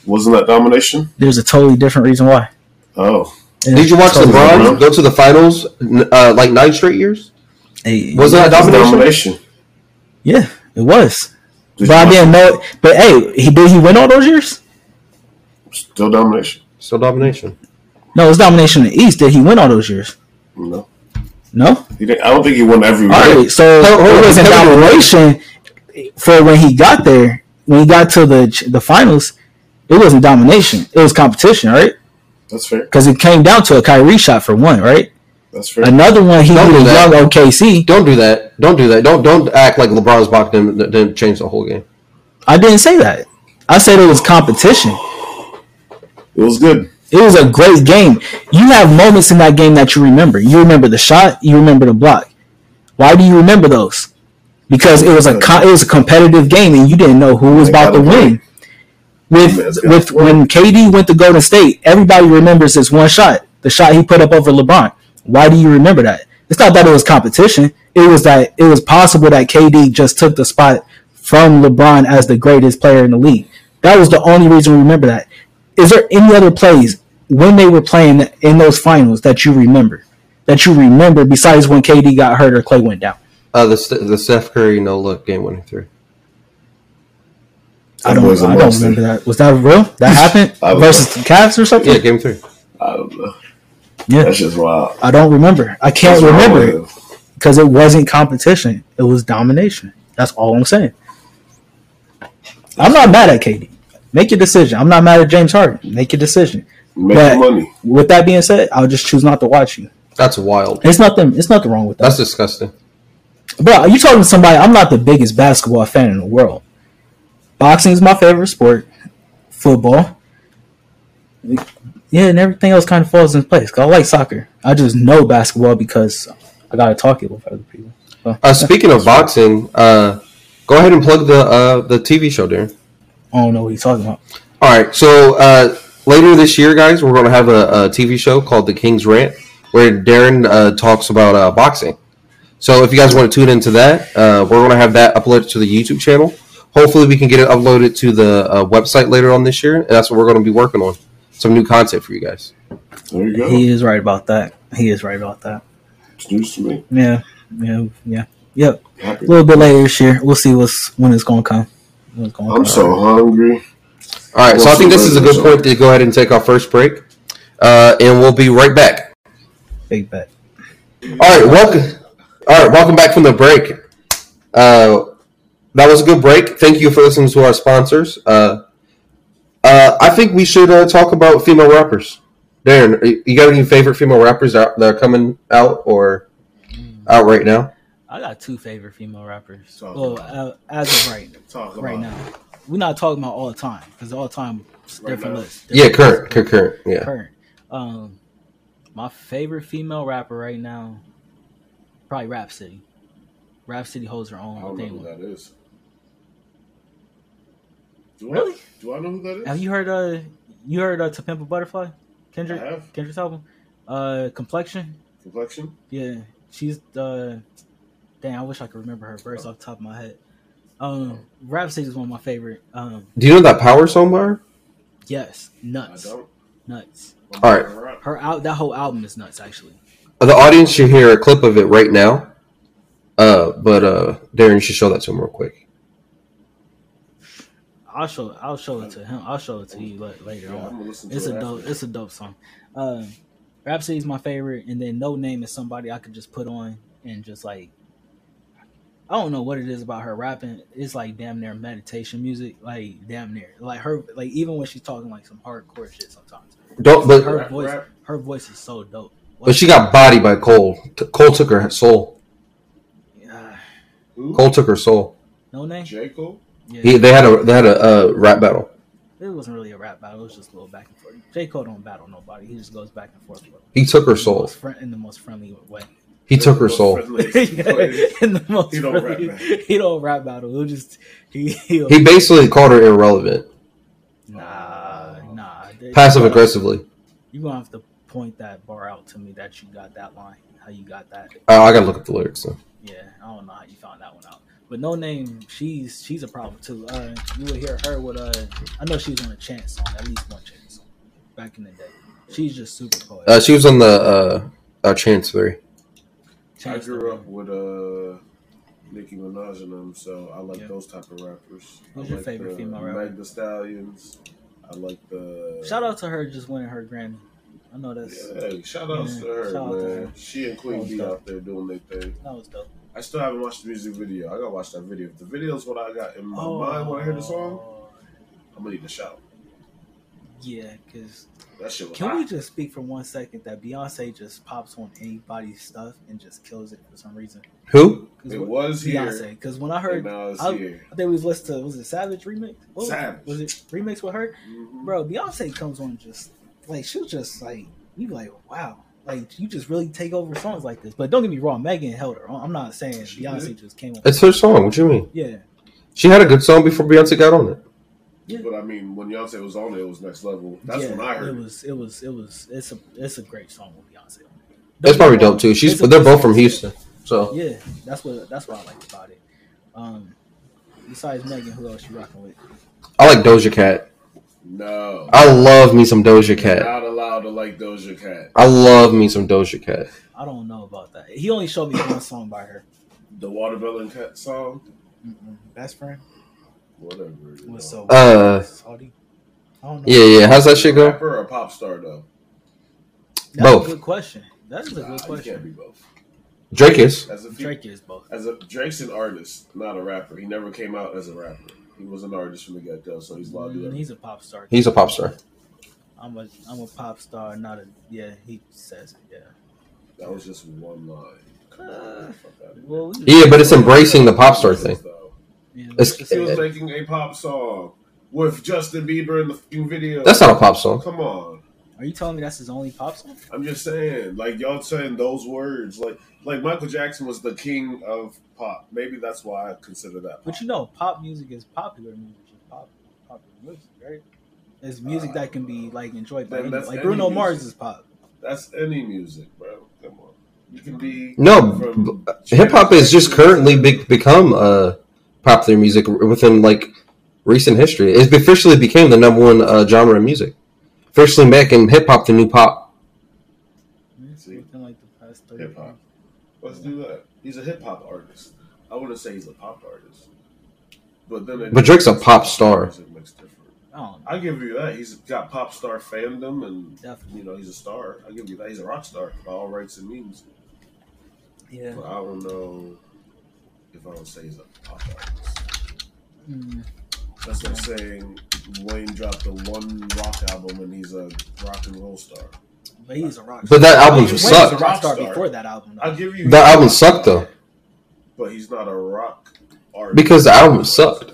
Wasn't that domination?
There's a totally different reason why.
Oh,
Did you watch
Totally different.
LeBron go to the finals n- uh, like nine straight years?
Hey,
Was that
That's
domination?
domination.
Yeah, it was.
Did
but I
you watch-
didn't know. It. But hey, he did. He win all those years?
Still domination.
Still domination.
No, it's domination in the East. Did he win all those years?
No,
No.
he didn't, I don't think he won every
All
round.
right, so
Hold- hold on,
it was a
hold on.
domination for when he got there. When he got to the ch- the finals, it wasn't domination. It was competition, right?
That's fair.
Because it came down to a Kyrie shot for one, right?
That's fair.
Another one he
Don't
did
do
a
that.
young OKC.
Don't do that. Don't do that. Don't don't act like LeBron's box didn't, didn't change the whole game.
I didn't say that. I said it was competition.
It was good.
It was a great game. You have moments in that game that you remember. You remember the shot. You remember the block. Why do you remember those? Because it was a co it was a competitive game, and you didn't know who was
They
about to
gotta
win. With
That's gotta
with
work.
when KD went to Golden State, everybody remembers this one shot, the shot he put up over LeBron. Why do you remember that? It's not that it was competition. It was that it was possible that KD just took the spot from LeBron as the greatest player in the league. That was the only reason we remember that. Is there any other plays when they were playing in those finals that you remember? That you remember besides when KD got hurt or Clay went down?
Uh, the St- the Steph Curry no look game winning three.
I
That
don't,
boy's a
I don't
monster.
remember that. Was that real? That happened
I don't
versus the Cavs or something?
Yeah, game three.
I don't know.
Yeah.
That's just wild.
I don't remember. I can't
That's wrong with
remember
him.
because it wasn't competition. It was domination. That's all I'm saying. I'm not mad at KD. Make your decision. I'm not mad at James Harden. Make your decision.
Make
But-
money.
With that being said, I'll just choose not to watch you.
That's wild.
It's nothing. It's nothing wrong with that.
That's disgusting.
Bro, you talking to somebody? I'm not the biggest basketball fan in the world. Boxing is my favorite sport. Football, yeah, and everything else kind of falls in place. 'Cause I like soccer. I just know basketball because I gotta talk it with other people.
Uh, speaking of boxing, uh, go ahead and plug the uh, the TV show, Darren.
I don't know what he's talking about.
All right. So uh, later this year, guys, we're going to have a, a TV show called The King's Rant, where Darren uh, talks about uh, boxing. So if you guys want to tune into that, uh, we're going to have that uploaded to the YouTube channel. Hopefully, we can get it uploaded to the uh, website later on this year, and that's what we're going to be working on. Some new content for you guys.
There you go.
He is right about that. He is right about that.
it's news to me.
Yeah, yeah, yeah. Yep.
Happy.
A little bit later this year, we'll see what's when it's gonna come. When it's gonna
I'm so hungry.
All right, so I think this is a good point to go ahead and take our first break, uh, and we'll be right back.
big bet.
All right, welcome. All right, welcome back from the break. Uh, that was a good break. Thank you for listening to our sponsors. Uh, uh, I think we should uh, talk about female rappers. Darren, y- you got any favorite female rappers that that are coming out or out right now?
I got two favorite female rappers.
Talk
Well, uh, as of right
Talk about
right now, we're not talking about all time because all time is
Right
different
now.
list.
Yeah,
Different
current,
list.
current, current. Yeah,
current. Um, my favorite female rapper right now, probably Rap City. Rap City holds her
I
own
don't know who
thing.
that is. Do
Really?
I, do I know who that is?
Have you heard? Uh, you heard uh, "To Pimp a Butterfly,"
I
Kendrick
have.
Kendrick's album, uh, "Complexion."
Complexion?
Yeah, she's the. Damn, I wish I could remember her verse off the top of my head. Um, Rap City is one of my favorite. Um,
do you know that power song, Bar?
yes,
I
nuts,
don't.
nuts.
All right.
Her out that whole album is nuts. Actually,
The audience should hear a clip of it right now. Uh, but uh, Darren, you should show that to him real quick.
I'll show I'll show it to him. I'll show it to you la- later
Yeah, I'm
on.
gonna listen to
It's
it
a dope.
after.
It's a dope song. Um, Rhapsody is my favorite, and then No Name is somebody I could just put on and just like. I don't know what it is about her rapping. It's like damn near meditation music. Like damn near, like her, like even when she's talking like some hardcore shit sometimes.
Don't but
Her
Rap,
voice,
rap.
her voice is so dope.
But she got bodied by Cole. T- Cole took her soul.
Yeah.
Who?
Cole took her soul.
No Name.
J. Cole?
Yeah,
He, they had a they had a uh, rap battle.
it wasn't really a rap battle. It was just a little back and forth. J Cole don't battle nobody. He just goes back and forth. with-
He took her
in the
soul.
most fri- in the most friendly way.
He took her soul.
Fred
in
Lynch.
the most
He don't rap
friendly-
battle.
he don't rap battle. He'll just he he'll,
He basically called her irrelevant,
nah nah. They-
passive aggressively.
You gonna have to point that bar out to me that you got that line. How you got that?
Uh, I gotta look up the lyrics. Though.
Yeah, I don't know how you found that one out. But no name, she's she's a problem too. Uh, you would hear her with uh, I know she was on a chance song, at least one chance song back in the day. She's just super poetic.
Uh, she was on the uh, uh, Chance Three.
I
Chance
grew up
the-
with uh, Nicki Minaj and them, so I like
Yeah.
those type of rappers. I
Who's your
like
favorite
the
female rapper?
Meg Thee Stallions. I like the.
Shout out to her just winning her Grammy. I know that's
Hey, shout outs
Yeah,
to her,
shout out to
man.
her.
She and Queen
That was
B
dope.
out there doing their thing.
that was dope.
I still haven't watched the music video. I gotta watch that video. If the video's what I got in my
Oh.
mind when I hear the song, I'm gonna need to shout.
Yeah, because
That shit was
can
hot.
we just speak for one second that Beyonce just pops on anybody's stuff and just kills it for some reason?
Who?
'Cause
It
what-
was
Beyonce.
here.
Because when I
And
heard,
now it's
I-
here.
I think we was listening to was it Savage remix? What was-
Savage.
was it remix with her?
Mhm.
Bro, Beyonce comes on just like she'll just like you be like wow. Like you just really take over songs like this, but don't get me wrong, Megan held her. own. I'm not saying
She
Beyonce
did.
just came on.
It's her song. What you mean?
Yeah,
She had a good song before Beyonce got on it.
But I mean, when Beyonce was on it, it was next level. That's
yeah,
when I
It
heard it.
was, it was, it was. It's a, it's a great song with Beyonce. on it.
That's
Don't
probably
get me wrong,
dope too. She's
it's a-
but they're both from Houston, so
Yeah, that's what that's what I like about it. Um, besides Megan, who else you rocking with?
I like Doja Cat.
No.
I love me some Doja Cat.
Not allowed to like Doja Cat.
I love me some Doja Cat.
I don't know about that. He only showed me one song by her.
The Watermelon Cat song?
Mm-mm. Best friend
Whatever. you
was
know.
so
Uh,
salty. I don't know.
Yeah, yeah. How's that shit go?
Rapper or pop star, though?
that's
both.
a good question. That is a
Nah,
good
you can't be
question.
both.
Drake is.
As a, fe-
Drake is both.
as a Drake's an artist, not a rapper. He never came out as a rapper. He was an artist from the get go, so he's allowed to do
Mm,
that.
He's a pop star.
He's a pop star.
I'm a I'm a pop star, not a yeah. He says it. Yeah.
That was just one line. Come
Uh.
on, fuck outta here.
Well, we-
Yeah, but it's embracing the pop star thing.
Yeah,
It's-
just-
He was making a pop song with Justin Bieber in the fucking video.
That's not a pop song.
Come on,
are you telling me that's his only pop song?
I'm just saying. Like y'all saying those words, like like Michael Jackson was the king of pop. Maybe that's why I consider that. Pop.
But you know, pop music is popular music. It's pop, popular music, right? It's music that can be like enjoyed by
Then
anyone.
that's
Like
any
Bruno Mars
music.
is pop.
That's any music, bro. Come on, you can be
No,
from-
Hip hop has just currently be- become uh, popular music within like recent history. It officially became the number one uh, genre of music. Officially making hip hop the new pop.
That's three.
Hip hop. Let's do that. He's a hip hop artist. I wouldn't say he's a pop artist, but then it-
But Drake's a pop star.
It makes different.
I don't know.
I give you that. He's got pop star fandom, and
Definitely.
you know he's a star. I give you that. He's a rock star by all rights and means.
Yeah.
But I don't know if I would say he's a pop artist.
Mm.
That's like saying Wayne dropped the one rock album and he's a rock and roll star.
But he's a rock.
But that album
Wayne was
sucked.
a rock star
Rockstar.
before that album.
I give you
That album sucked though.
but he's not a rock artist
Because the album sucked.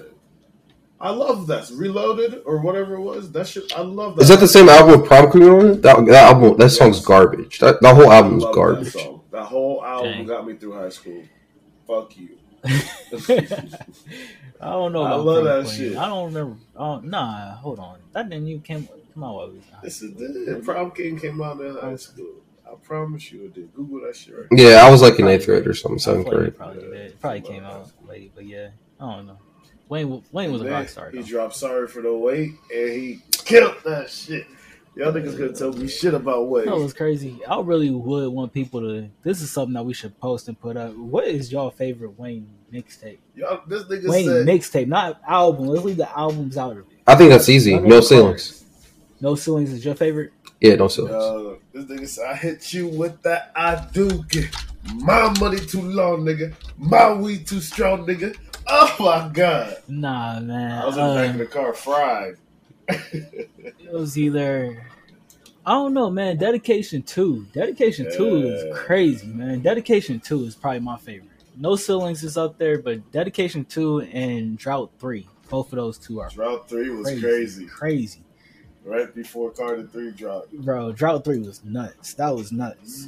I love that Reloaded or whatever it was. That shit, I love that.
Is that the same album with Prom Queen on it? That, that album, that song's
Yes.
garbage. That, that whole
I
album's
love
garbage.
That, song. that whole album
Dang.
got me through high school. Fuck you.
I don't know.
I
About Prom
love that
Queen.
shit.
I don't remember. Oh, nah, hold on. That didn't even came come out while we was in high
this is the prom king came out in high school. I promise you it did. Google that shit. Right now.
Yeah, I was like in eighth grade or something,
school. I
seventh
feel like
grade.
it Probably,
Yeah,
did. It probably
it's
came
about
out late, but yeah, I don't know. Wayne wa- Wayne was a
Man,
rock star.
He
though.
dropped Sorry for the Wait and he killed that shit. Y'all niggas gonna tell me shit about Wait.
You know what's crazy? I really would want people to. This is something that we should post and put up. What is your favorite Wayne mixtape?
Y'all, this nigga
Wayne
said
mixtape, not album. Let's leave the albums out of it.
I think that's easy. No ceilings.
No ceilings is your favorite.
Yeah, no ceilings.
Uh, this nigga said, I hit you with that I do get. My money too long, nigga. My weed too strong, nigga. Oh my god.
Nah, man.
I was in the back of
Uh,
the car fried.
Um, it was either. I don't know, man. Dedication two. Dedication two is
Yeah.
crazy, man. Dedication two is probably my favorite. No ceilings is up there, but dedication two and drought three. Both of those two are
Drought 3 was
crazy.
crazy.
crazy.
Right before Carter 3 dropped.
bro. Drought three was nuts. That was nuts.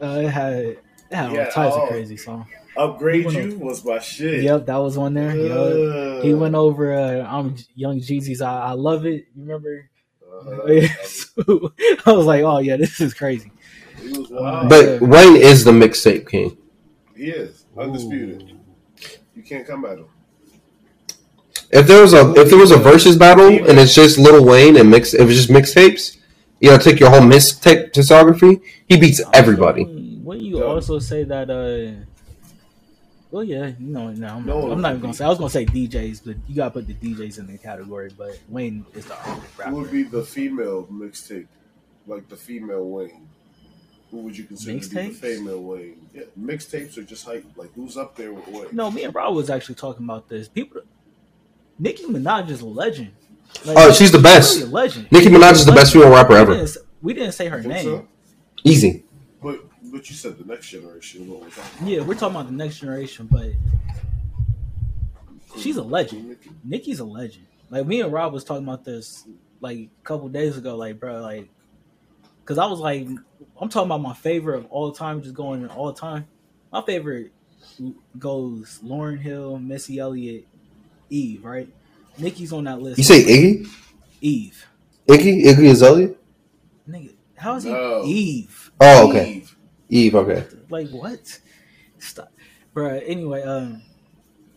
Uh, it had it had all
Yeah,
types
oh.
of crazy songs.
Upgrade
He went
You was my shit.
Yep, that was one there. Yup.
Uh,
He went over. Uh, I'm Young Jeezy's. I, I love it. You remember?
uh-huh.
So, I was like, oh yeah, this is crazy.
He was wild.
But Wayne is the mixtape king.
he is undisputed. You can't come at him.
If there was a if there was a versus battle and it's just Lil Wayne and mix if it's just mixtapes, you know, take your whole mixtape discography, he beats everybody.
Wouldn't you
Yeah.
also say that? uh well, yeah, you know, no, I'm,
No,
I'm not even gonna
it would
say. I was gonna say DJs, but you gotta put the DJs in the category. But Wayne is the
Who would
rapper.
be the female mixtape? Like the female Wayne? Who would you consider to be the
Mixtapes?
female Wayne? Yeah, mixtapes are just hype. Like who's up there with Wayne?
No, me and Rob was actually talking about this. People, Nicki Minaj is a legend. Like,
Oh, she's the best.
really a legend.
Nicki Minaj is the best female rapper
We
ever.
didn't, s- we didn't say her
You think
name.
so?
Easy.
But but you said the next generation. What we're talking
Yeah, we're talking about the next generation, but
about.
she's a legend.
Nicki.
Nicki's a legend. Like me and Rob was talking about this like a couple days ago. Like, bro, like, because I was like, I'm talking about my favorite of all time, just going in all time. My favorite goes Lauren Hill, Missy Elliott, Eve. Right? Nicki's on that list.
You say Iggy?
Eve.
Iggy? Iggy Azalea?
Nigga, how is
No.
he Eve?
Oh, okay.
Eve.
Eve, okay.
Like what? Stop, Bruh, Anyway, um,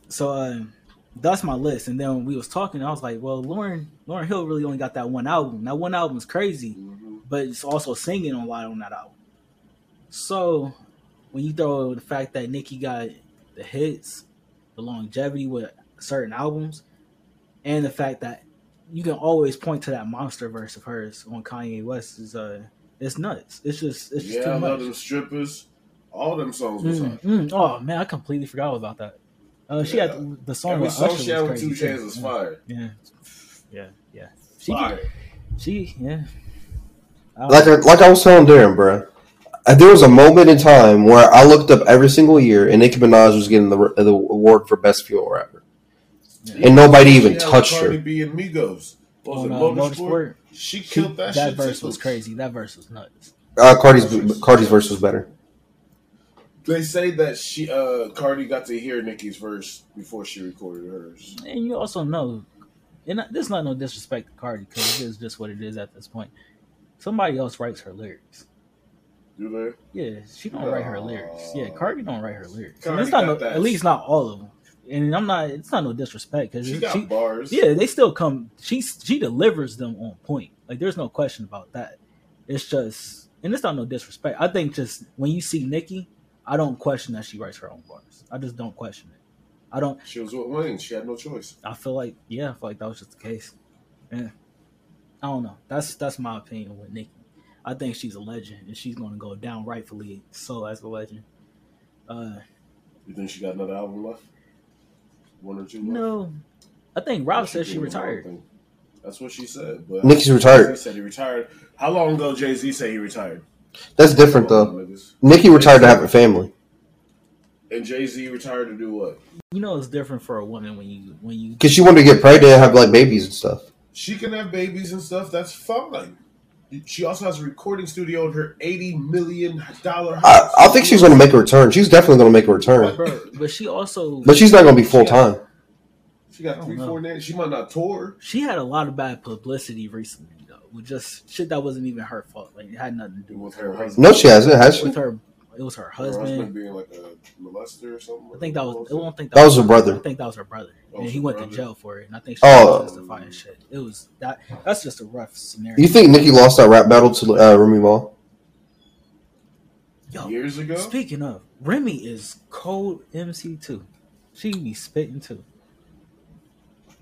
so um, that's my list. And then when we was talking, I was like, well, Lauren Lauren Hill really only got that one album. That one album's crazy,
Mhm.
but it's also singing a lot on that album. So when you throw the fact that Nicki got the hits, the longevity with certain albums, and the fact that you can always point to that monster verse of hers on Kanye West is uh it's nuts. It's just it's just
Yeah, I
too
love
much.
them strippers. All them songs was
Mm,
hot.
mm. Oh man, I completely forgot all about that. Uh, she had
Yeah.
the, the song
Every
with
song
Usher
she
was
had with
crazy,
two
too.
chains was
Yeah.
fire.
Yeah, yeah, yeah. She, can-
Fire.
she, yeah. I
like I,
don't-
like I was telling Darren, bro, there was a moment in time where I looked up every single year, and Nicki Minaj was getting the the award for best female rapper,
Yeah.
and nobody
She
even
had
touched
Cardi
her.
B and Migos. What
on,
was it
uh,
Motorsport?
Motorsport,
She
she-
killed that,
that,
shit.
verse
too.
was crazy. That verse was nuts.
Uh, Cardi's Cardi's verse was better.
They say that she uh Cardi got to hear Nicki's verse before she recorded hers.
And you also know, and there's not no disrespect to Cardi because it is just what it is at this point. Somebody else writes her lyrics.
Do they?
Yeah, she don't write her lyrics. Yeah,
Aw.
Cardi don't write her lyrics. And
Oh. Cardi
it's not
got
no,
that.
at least not all of them. And I'm not. It's not no disrespect because
She got
she,
bars.
Yeah, they still come. She she delivers them on point. Like there's no question about that. It's just and it's not no disrespect. I think just when you see Nikki, I don't question that she writes her own bars. I just don't question it. I don't.
She was with Wayne. She had no choice.
I feel like yeah, I feel like that was just the case. Yeah. I don't know. That's that's my opinion with Nikki. I think she's a legend and she's gonna go down rightfully so as a legend. Uh
You think she got another album left? One or two? left?
no. I think Rob
She
said she
did, I don't
retired.
think. That's what she said. But
Nicki's retired.
Jay-Z said he retired. How long ago Jay Z said he retired?
That's different though.
Niggas.
Nikki retired to have a family.
And Jay Z retired to do what?
You know it's different for a woman when you when you
Because she wanted to get pregnant and have like babies and stuff.
She can have babies and stuff. That's fine. She also has a recording studio in her eighty million dollar
I,
house.
I think she's going to make a return. She's definitely going to make a return.
bro, but she also
But she's not going to be full time.
She got three,
I don't know.
four. Names. She might not tour.
she had a lot of bad publicity recently though, with just shit that wasn't even her fault. Like it had nothing to do
With her husband.
No, she hasn't, has she?
with her it was her
Her husband
husband.
being like a molester or something.
I think that was I don't think
That was her brother.
I think that was her brother.
That
And
was
he
her
went to
brother.
jail for it. And I think she
Oh.
was testifying and shit. It was that that's just a rough scenario.
You think Nikki lost that rap battle to uh, Remy Ma?
Yo,
years ago.
Speaking of, Remy is cold MC too. She be spitting too.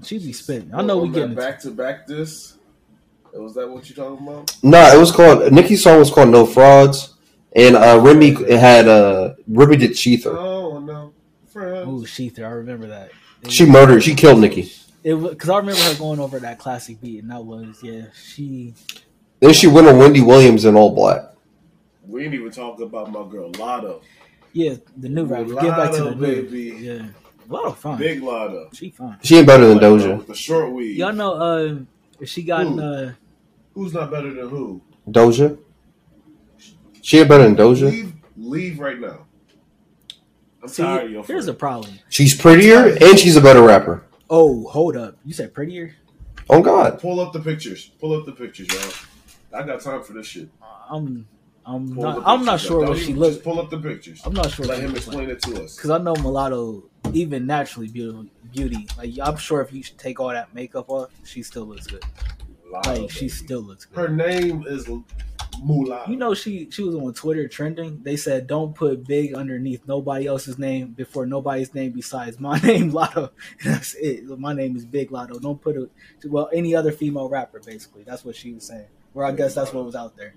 She be spitting. I know we
On
getting
that back to back. This was that what you talking about?
Nah, it was called Nicki's song was called "No Frauds," and uh, Remy had uh, Remy did cheat her.
Oh no, friends.
Ooh, Sheether. I remember that. It-
She murdered. She killed Nikki.
It because I remember her going over that classic beat, and that was yeah. She
Then she went on Wendy Williams in all black.
We ain't even talking about my girl Lotto,
yeah the new rapper. Get back to the
Lotto,
new.
baby.
Yeah, a lot of fun.
Big Lotto.
She fun.
She ain't better than
Like, uh,
Doja.
with the short weave.
Y'all know uh, she got
Ooh.
uh,
who's not better than who?
Doja. She ain't better than Doja.
Leave, leave right now. I'm
see,
tired of your
here's the
friend.
problem.
She's prettier and she's a better rapper.
Oh, hold up. You said prettier.
Oh God.
Pull up the pictures. Pull up the pictures, y'all. I got time for this shit.
Uh, I'm I'm
Pull
not
the
I'm not
pictures
sure
up.
what
Don't
she
even-
looks.
Just pull up the pictures.
I'm not sure.
Let
what
him
she look like.
explain it to us.
Because I know mulatto, even naturally beautiful beauty, like I'm sure if you should take all that makeup off, she still looks good.
Lotto,
Like she
baby.
still looks good.
Her name is Mulatto.
You know she she was on Twitter trending. They said don't put big underneath nobody else's name before nobody's name besides my name Lotto. That's it. My name is Big Lotto. Don't put it well any other female rapper basically. That's what she was saying. Or I guess that's what was out there.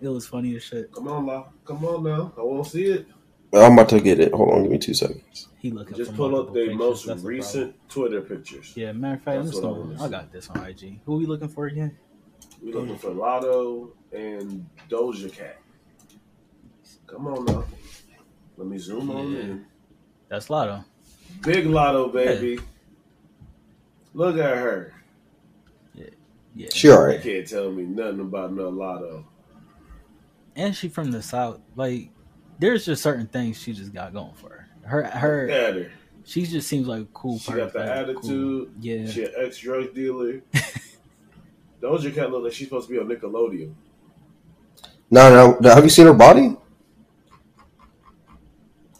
It was funny as shit.
Come on, Lotto. Come on now. I won't see it.
I'm about to get it. Hold on, give me two seconds.
He looking
Just
for
pull up
multiple
the
pictures.
most
That's the problem.
recent Twitter pictures.
Yeah, matter of fact, I'm
That's
just
what I
gonna,
wanna
I
see.
got this on IG. Who we looking for again?
We're looking for Lotto and Doja Cat. Come on now. Let me zoom on
Yeah.
in.
That's Lotto.
Big Lotto, baby. Look at her.
Yeah.
She
You
alright.
can't tell me nothing about no Lotto.
And she from the south. Like, there's just certain things she just got going for her. Her, her
Look at her.
she just seems like a cool.
She got the
person, like, cool-
attitude.
Yeah.
She an ex drug dealer. Doja Cat look like she's supposed to be on Nickelodeon.
No, no. Have you seen her body?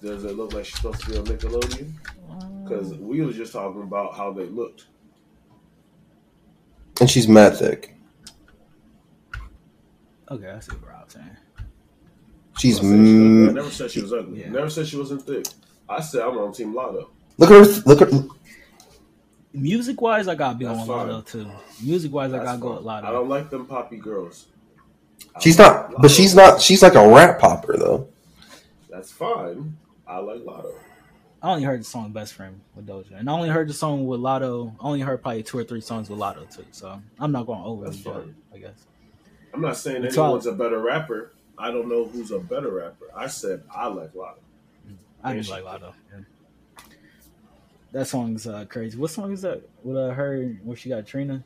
Does it look like she's supposed to be on Nickelodeon?
Mm.
Because we was just talking about how they looked.
And she's mad thick.
okay, I see what Rob's saying.
She's
I, said she was ugly. I
m-
Yeah.
never said she was ugly. Never said she wasn't thick. I said I'm on Team Lotto.
look at her. Look at
Music wise, I gotta be
That's
on Lotto too. Music wise, I
That's
gotta go
fine.
with
I
Lotto.
don't like them poppy girls. I
she's
like
not. But
Lotto.
she's not. She's like a rap popper though.
That's fine. I like Lotto.
I only heard the song "Best Friend" with Doja, and I only heard the song with Lotto. I only heard probably two or three songs with Lotto too. So I'm not going over
That's
it.
fine.
I guess.
I'm not saying
It's
anyone's a better rapper. I don't know who's a better rapper. I said I like Lotto.
I do
Yeah,
like
she-
Lotto. yeah. That song's uh, crazy. What song is that? With uh, her, where she got Trina.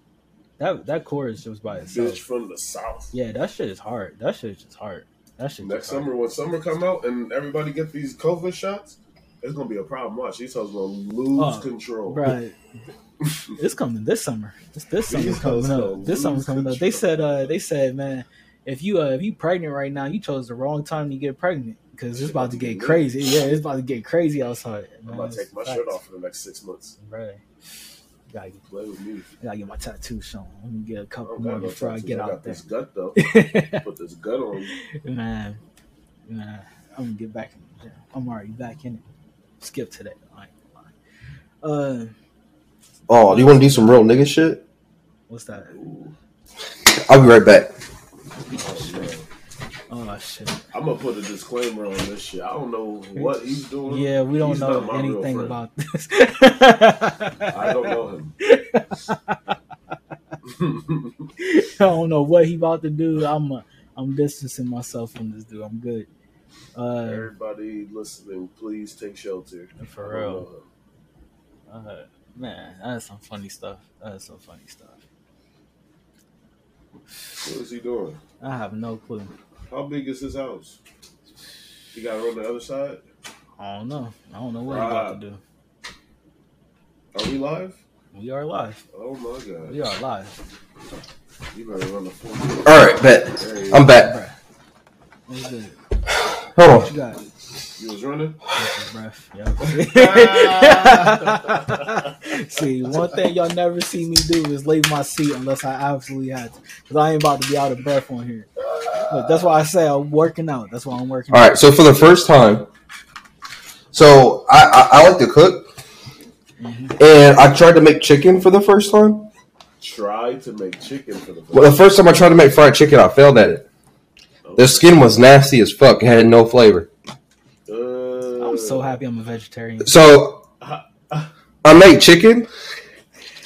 That that chorus just by
Bitch
itself.
from the south.
Yeah, that shit is hard. That shit is just hard. That shit.
Next
just hard.
summer, when summer come out and everybody get these COVID shots, it's gonna be a problem. Watch these hoes will lose
Oh,
control.
Bruh, it's coming this summer. It's this summer
These
coming
hoes
up. This summer
lose
coming up. They said, uh, they said, man, if you uh, if you pregnant right now, you chose the wrong time to get pregnant because it's about to get crazy. Yeah, it's about to get crazy outside.
I'm about to take my shirt off for the next six months.
Right. gotta get,
Play with music.
I gotta get my tattoo shown. Let me get a
I
couple
don't
more
got no
before I
tattoo.
get
I
out
got
there.
this gut though. Put this gut on you.
man, man, I'm gonna get back. In the gym. I'm already back in it. Skip today. I ain't gonna lie. Uh,
Oh, do you want to do some real nigga shit?
what's that?
Ooh.
I'll be right back.
Oh, man.
Oh shit.
I'm gonna put a disclaimer on this shit. I don't know what he's doing.
Yeah, we don't
He's not
know
my real
anything
friend.
about this.
I don't know him.
I don't know what he about to do. I'm uh, I'm distancing myself from this dude. I'm good. Uh,
Everybody listening, please take shelter. I
for
don't
real,
know him.
uh, man, that's some funny stuff. That's some funny stuff.
What is he doing?
I have no clue.
How big is his house? He got it on the other side.
I don't know. I don't know what he about to do.
Are we live?
We are live.
Oh my god!
We are live.
You better run the phone.
All right, bet.
There you
I'm back.
Bruh. What's good?
Hold on.
What you got?
You was running.
breath. Yep. see, one thing y'all never see me do is leave my seat unless I absolutely had to, because I ain't about to be out of breath on here. Look, that's why I say I'm working out. That's why I'm working.
All
out.
right, so for the first time, so I, I, I like to cook, and I tried to make chicken for the first time.
Tried to make chicken for the first.
Well, the first time I tried to make fried chicken, I failed at it. The skin was nasty as fuck; it had no flavor.
Uh,
I'm so happy I'm a vegetarian.
So I made chicken,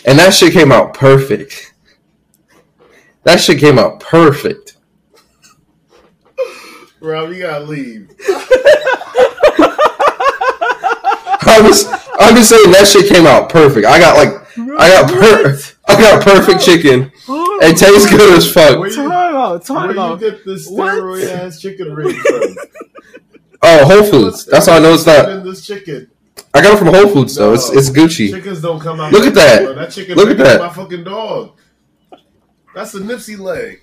and that shit came out perfect. That shit came out perfect.
Rob, you gotta leave.
I was, I'm just saying that shit came out perfect. I got like, I got per- I got perfect chicken. It tastes good as fuck.
Where you,
Time out,
where
time
you
out.
get this
What?
steroid ass chicken ring from?
Oh, Whole Foods. That's how I know it's not.
In this chicken.
I got it from Whole Foods though. It's it's Gucci.
Chickens don't come out.
Look at that.
Bro, That chicken
Look
Look
at that.
my fucking dog. That's a Nipsey leg.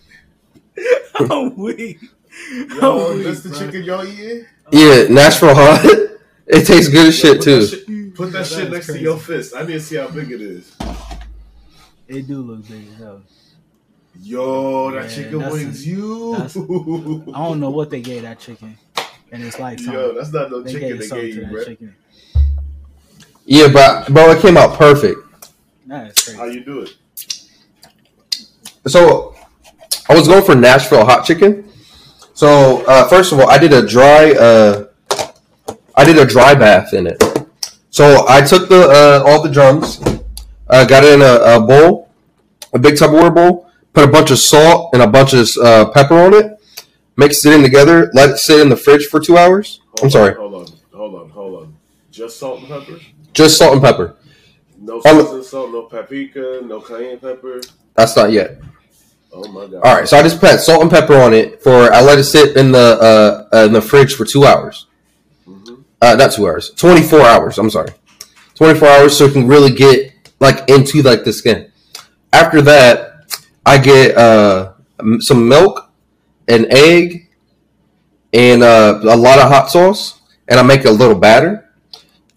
I'm weak.
Yo,
I'm
that's
weak,
the
bro.
chicken y'all eating?
Yeah, Nashville hot. It tastes good as shit
Put that
too.
shit- Put that
That
shit
is
next
crazy.
to your fist. I need to see how big it is.
It do look big as hell.
Yo, that
Man,
chicken
that's
wings
a-
you.
that's- I don't know what they gave that chicken, and it's like
Yo, that's not no
they
chicken
gave
they
something
gave
to
you,
that
bro.
chicken.
Yeah, but bro, it came out perfect.
That is
How
crazy.
you do it?
So I was going for Nashville hot chicken. So uh, first of all, I did a dry. Uh, I did a dry bath in it. So I took the uh, all the drums, uh, got it in a, a bowl, a big Tupperware bowl, put a bunch of salt and a bunch of uh, pepper on it, mixed it in together, let it sit in the fridge for two hours.
Hold
I'm sorry,
On, hold on, hold on, hold on. Just salt and pepper.
just salt and pepper.
No
Oh.
seasoned salt, no paprika, no cayenne pepper.
That's not yet.
Oh my god!
All right, so I just put salt and pepper on it for. I let it sit in the uh, uh, in the fridge for two hours.
Mhm.
uh, not two hours, 24 hours. I'm sorry, 24 hours, so it can really get like into like the skin. After that, I get uh, m- some milk, an egg, and uh, a lot of hot sauce, and I make a little batter.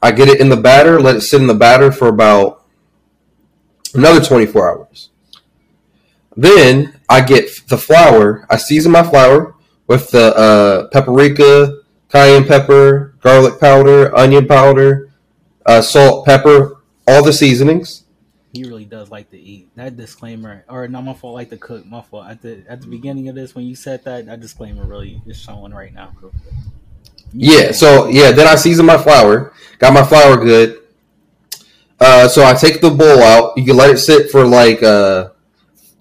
I get it in the batter, let it sit in the batter for about another 24 hours. Then I get f- the flour. I season my flour with the uh, paprika, cayenne pepper, garlic powder, onion powder, uh, salt, pepper, all the seasonings.
He really does like to eat. That disclaimer, or not my fault, like to cook. My fault. At the at the beginning of this, when you said that, that disclaimer really is showing right now.
Yeah, so yeah, then I season my flour. Got my flour good. Uh, so I take the bowl out. You can let it sit for like uh,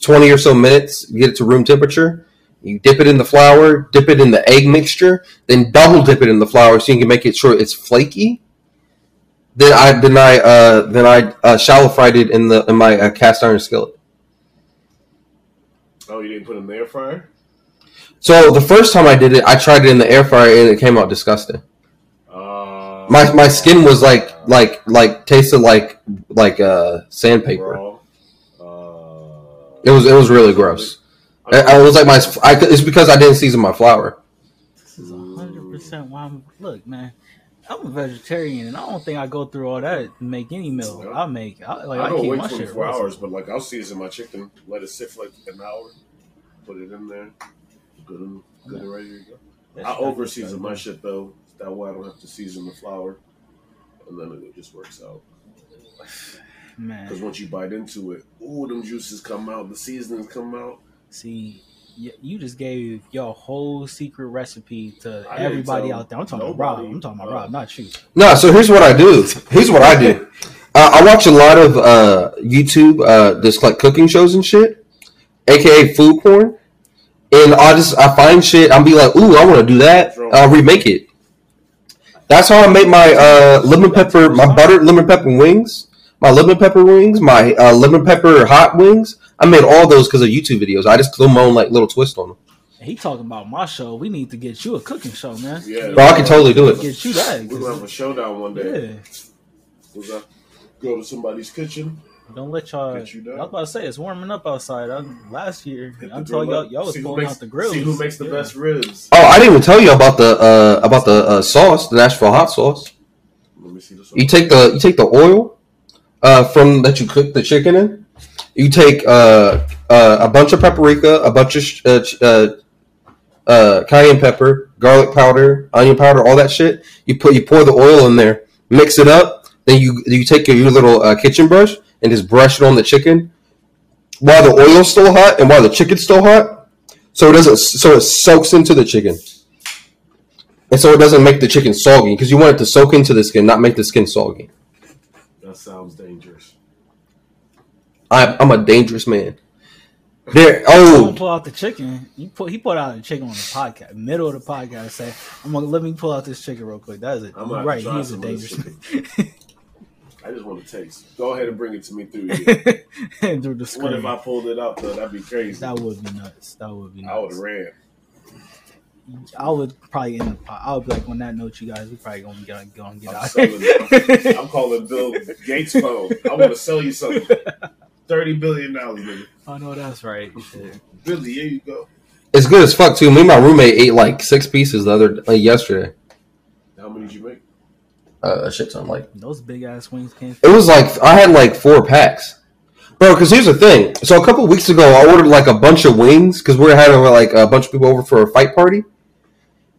20 or so minutes, get it to room temperature. You dip it in the flour, dip it in the egg mixture, then double dip it in the flour so you can make it sure it's flaky. Then I then I uh, then I uh, shallow fried it in the in my uh, cast iron skillet.
Oh, you didn't put it in the air fryer.
So the first time I did it, I tried it in the air fryer and it came out disgusting.
Uh,
My my skin was like like like tasted like like uh sandpaper.
raw. Uh,
It was it was really gross. I, I was like my I, could- it's because I didn't season my flour.
This is hundred percent why I'm look, man. I'm a vegetarian, and I don't think I go through all that to make any meal.
No.
I make I, like,
I
I,
don't
keep
wait
my shit.
24
raw.
hours, but like I'll season my chicken, let it sit for like an hour, put it in there, good and good and ready to go.
That
I
shit
over
just
season
like-
my shit though. That way I don't have to season the flour, and then it just works out. Because
man.
once you bite into it, ooh, them juices come out, the seasonings come out.
See, y- you just gave your whole secret recipe to
I didn't
everybody
tell
out there. I'm talking about
nobody.
Rob. I'm talking about
Oh.
Rob, not you.
No, so here's what I do. Here's what I do. Uh, I watch a lot of uh, YouTube, uh, this like cooking shows and shit, aka food porn. And I just I find shit. I'll be like, ooh, I want to do that. I'll remake it. That's how I make my uh, lemon pepper, my buttered lemon pepper wings, my lemon pepper wings, my uh, lemon pepper hot wings. I made all those because of YouTube videos. I just throw my own like little twist on them.
He talking about my show. We need to get you a cooking show, man.
Yeah.
Bro, I can totally do it.
Get you that.
We're gonna have a showdown one day.
Yeah.
We're gonna go to somebody's kitchen.
Don't let y'all.
Get you done.
I was about to say it's warming up outside. I, last year,
hit the
I'm telling
grill
y'all,
up,
y'all was
see who
blowing
makes-
out the grills.
See who makes the
Yeah.
best ribs.
Oh, I didn't even tell you about the uh, about the uh, sauce, the Nashville hot sauce.
Let me see this one.
You take the you take the oil uh, from that you cook the chicken in. You take uh, uh, a bunch of paprika, a bunch of sh- uh, ch- uh, uh, cayenne pepper, garlic powder, onion powder, all that shit. You put you pour the oil in there, mix it up. Then you you take your, your little uh, kitchen brush and just brush it on the chicken while the oil's still hot and while the chicken's still hot, so it doesn't so it soaks into the chicken. And so it doesn't make the chicken soggy because you want it to soak into the skin, not make the skin soggy.
That sounds dangerous.
I, I'm a dangerous man. There.
Someone
Oh,
pull out the chicken. You put he pulled out the chicken on the podcast, middle of the podcast. Say, I'm gonna let me pull out this chicken real quick. That is it.
I'm gonna have to
Right,
try
he's a
some of this
dangerous man.
I just want to taste. Go ahead and bring it to me through here.
And Through the
what if
screen.
I pulled it out though? That'd be crazy.
That would be nuts. That would be
I would have
nuts.
ran.
I would probably end the pod. I would be like, on that note, you guys, we probably gonna get go and get
I'm
out.
selling
here.
I'm calling Bill Gates phone. I want to sell you something. Thirty billion dollars, nigga.
I know that's right. Shit.
Billy, here you go.
it's good as fuck too. Me and my roommate ate like six pieces the other like yesterday.
How many did you make?
Uh, a shit ton. Like
Those big ass wings came.
it was like I had like four packs, bro. Because here's the thing. So a couple weeks ago, I ordered like a bunch of wings because we are having like a bunch of people over for a fight party,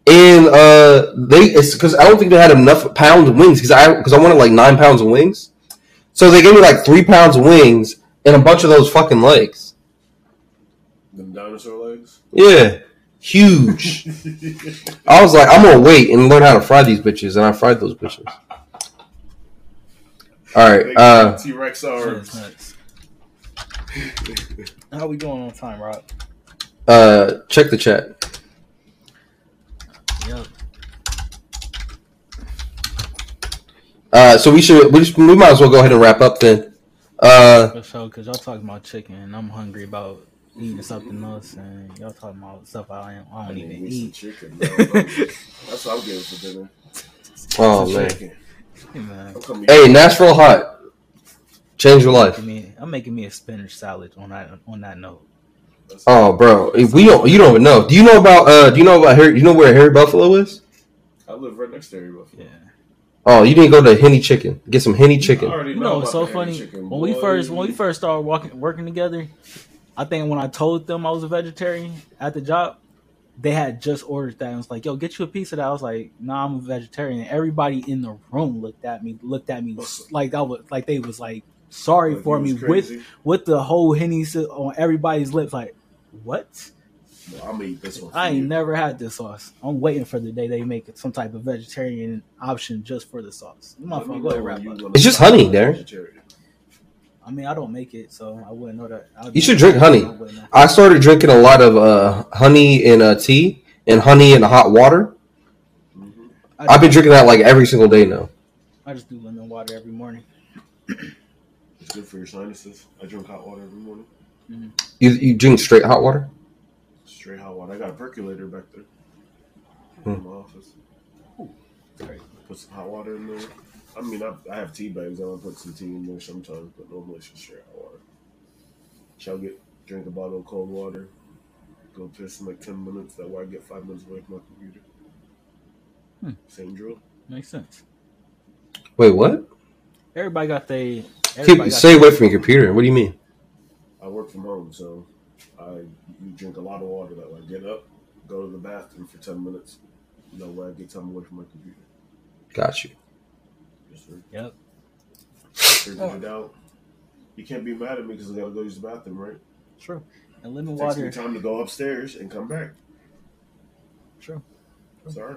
and uh, they it's because I don't think they had enough pounds of wings because I because I wanted like nine pounds of wings, so they gave me like three pounds of wings and a bunch of those fucking legs.
Them dinosaur legs.
Yeah, huge.
That's
I was like, I'm gonna wait and learn how to fry these bitches, and I fried those bitches. All right, uh,
T Rex
Shit is
arms.
nuts. How we doing on time, Rob?
uh, check the chat.
Yep.
Uh, so we should, we, just, we might as well go ahead and wrap up then. Uh,
For sure, cause y'all talking about chicken, and I'm hungry about eating something else, and y'all talking about stuff I don't, I
I
don't
need
even
me some
eat.
chicken. bro. That's what I'm getting for dinner.
oh
Some
man,
chicken.
Man,
I'm coming.
hey, Nashville hot, change your life.
I'm making me- I'm making me a spinach salad on that on that note.
That's-
Oh, bro, if we don't, you don't even know. Do you know about? Uh, do you know about? Harry, you know where Harry Buffalo is?
I live right next to Harry Buffalo.
Yeah,
Oh, you didn't go to Henny Chicken. Get some Henny
I
Chicken.
already
you know
about
it's so
the Henny
funny
chicken,
when we
boy.
first when we first started walking working together. I think when I told them I was a vegetarian at the job, they had just ordered that and was like, "Yo, get you a piece of that." I was like, "Nah, I'm a vegetarian." Everybody in the room looked at me, looked at me like I was like they was like sorry
Like,
for
it
me
was
with
crazy.
with the whole henny si- on everybody's lips. Like, what?
Well, I'm gonna eat this one. for
I ain't
you.
never had this sauce. I'm waiting for the day they make some type of vegetarian option just for the sauce. You
Let me
motherfucker, go ahead
know
wrap
when
up.
you gonna
It's just
stop
honey,
being
Darren.
vegetarian.
I mean, I don't make it, so I wouldn't know that. I'd
You
be-
should drink honey.
I wouldn't know.
I started drinking a lot of uh, honey and uh, tea and honey and hot water.
Mhm.
I
I've been drinking that like every single day now.
I just do lemon water every morning.
It's good for your sinuses. I drink hot water every morning.
You you drink straight hot water?
Straight hot water. I got a percolator back there in my office.
Right.
Put some hot water in there. I mean, I, I have tea bags. I will put some tea in there sometimes, but normally it's just straight hot water. Chug it. Drink a bottle of cold water. Go piss in like ten minutes. That way I get five minutes away from my computer.
Hmm.
Same drill.
Makes sense.
Wait, what?
Everybody got they.
Keep,
everybody got
stay
they-
away from your computer. What do you mean?
I work from home, so I you drink a lot of water. That way, I get up, go to the bathroom for ten minutes. You know, where I get time away from my computer.
Got you.
Yes, sir.
Yep.
Figure it out. You can't be mad at me because I gotta go use the bathroom, right?
True. And lemon
Takes me
water.
time to go upstairs and come back.
True.
That's all right.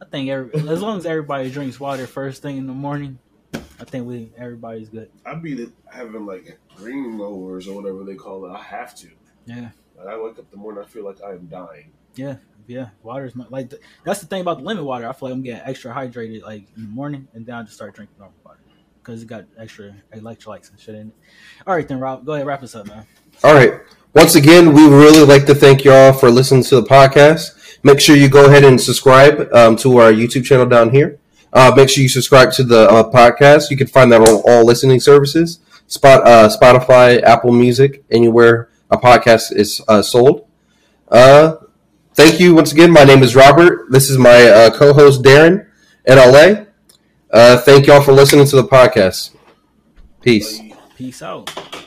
I think every, as long as everybody drinks water first thing in the morning, I think we everybody's good.
I'd be having like green lowers or whatever they call it. I have to.
Yeah.
Like, I wake up the morning, I feel like I am dying.
Yeah, yeah. Water's my like. Th- that's the thing about the lemon water. I feel like I'm getting extra hydrated like in the morning, and then I just start drinking normal water because it got extra electrolytes and shit in it. All right, then Rob, go ahead wrap us up, man.
All right. Once again, we really like to thank y'all for listening to the podcast. Make sure you go ahead and subscribe um, to our YouTube channel down here. Uh, make sure you subscribe to the uh, podcast. You can find that on all listening services Spot, uh, Spotify, Apple Music, anywhere a podcast is uh, sold. Uh, thank you once again. My name is Robert. This is my uh, co host, Darren, in LA. Uh, thank y'all for listening to the podcast. Peace.
Like,
Peace out.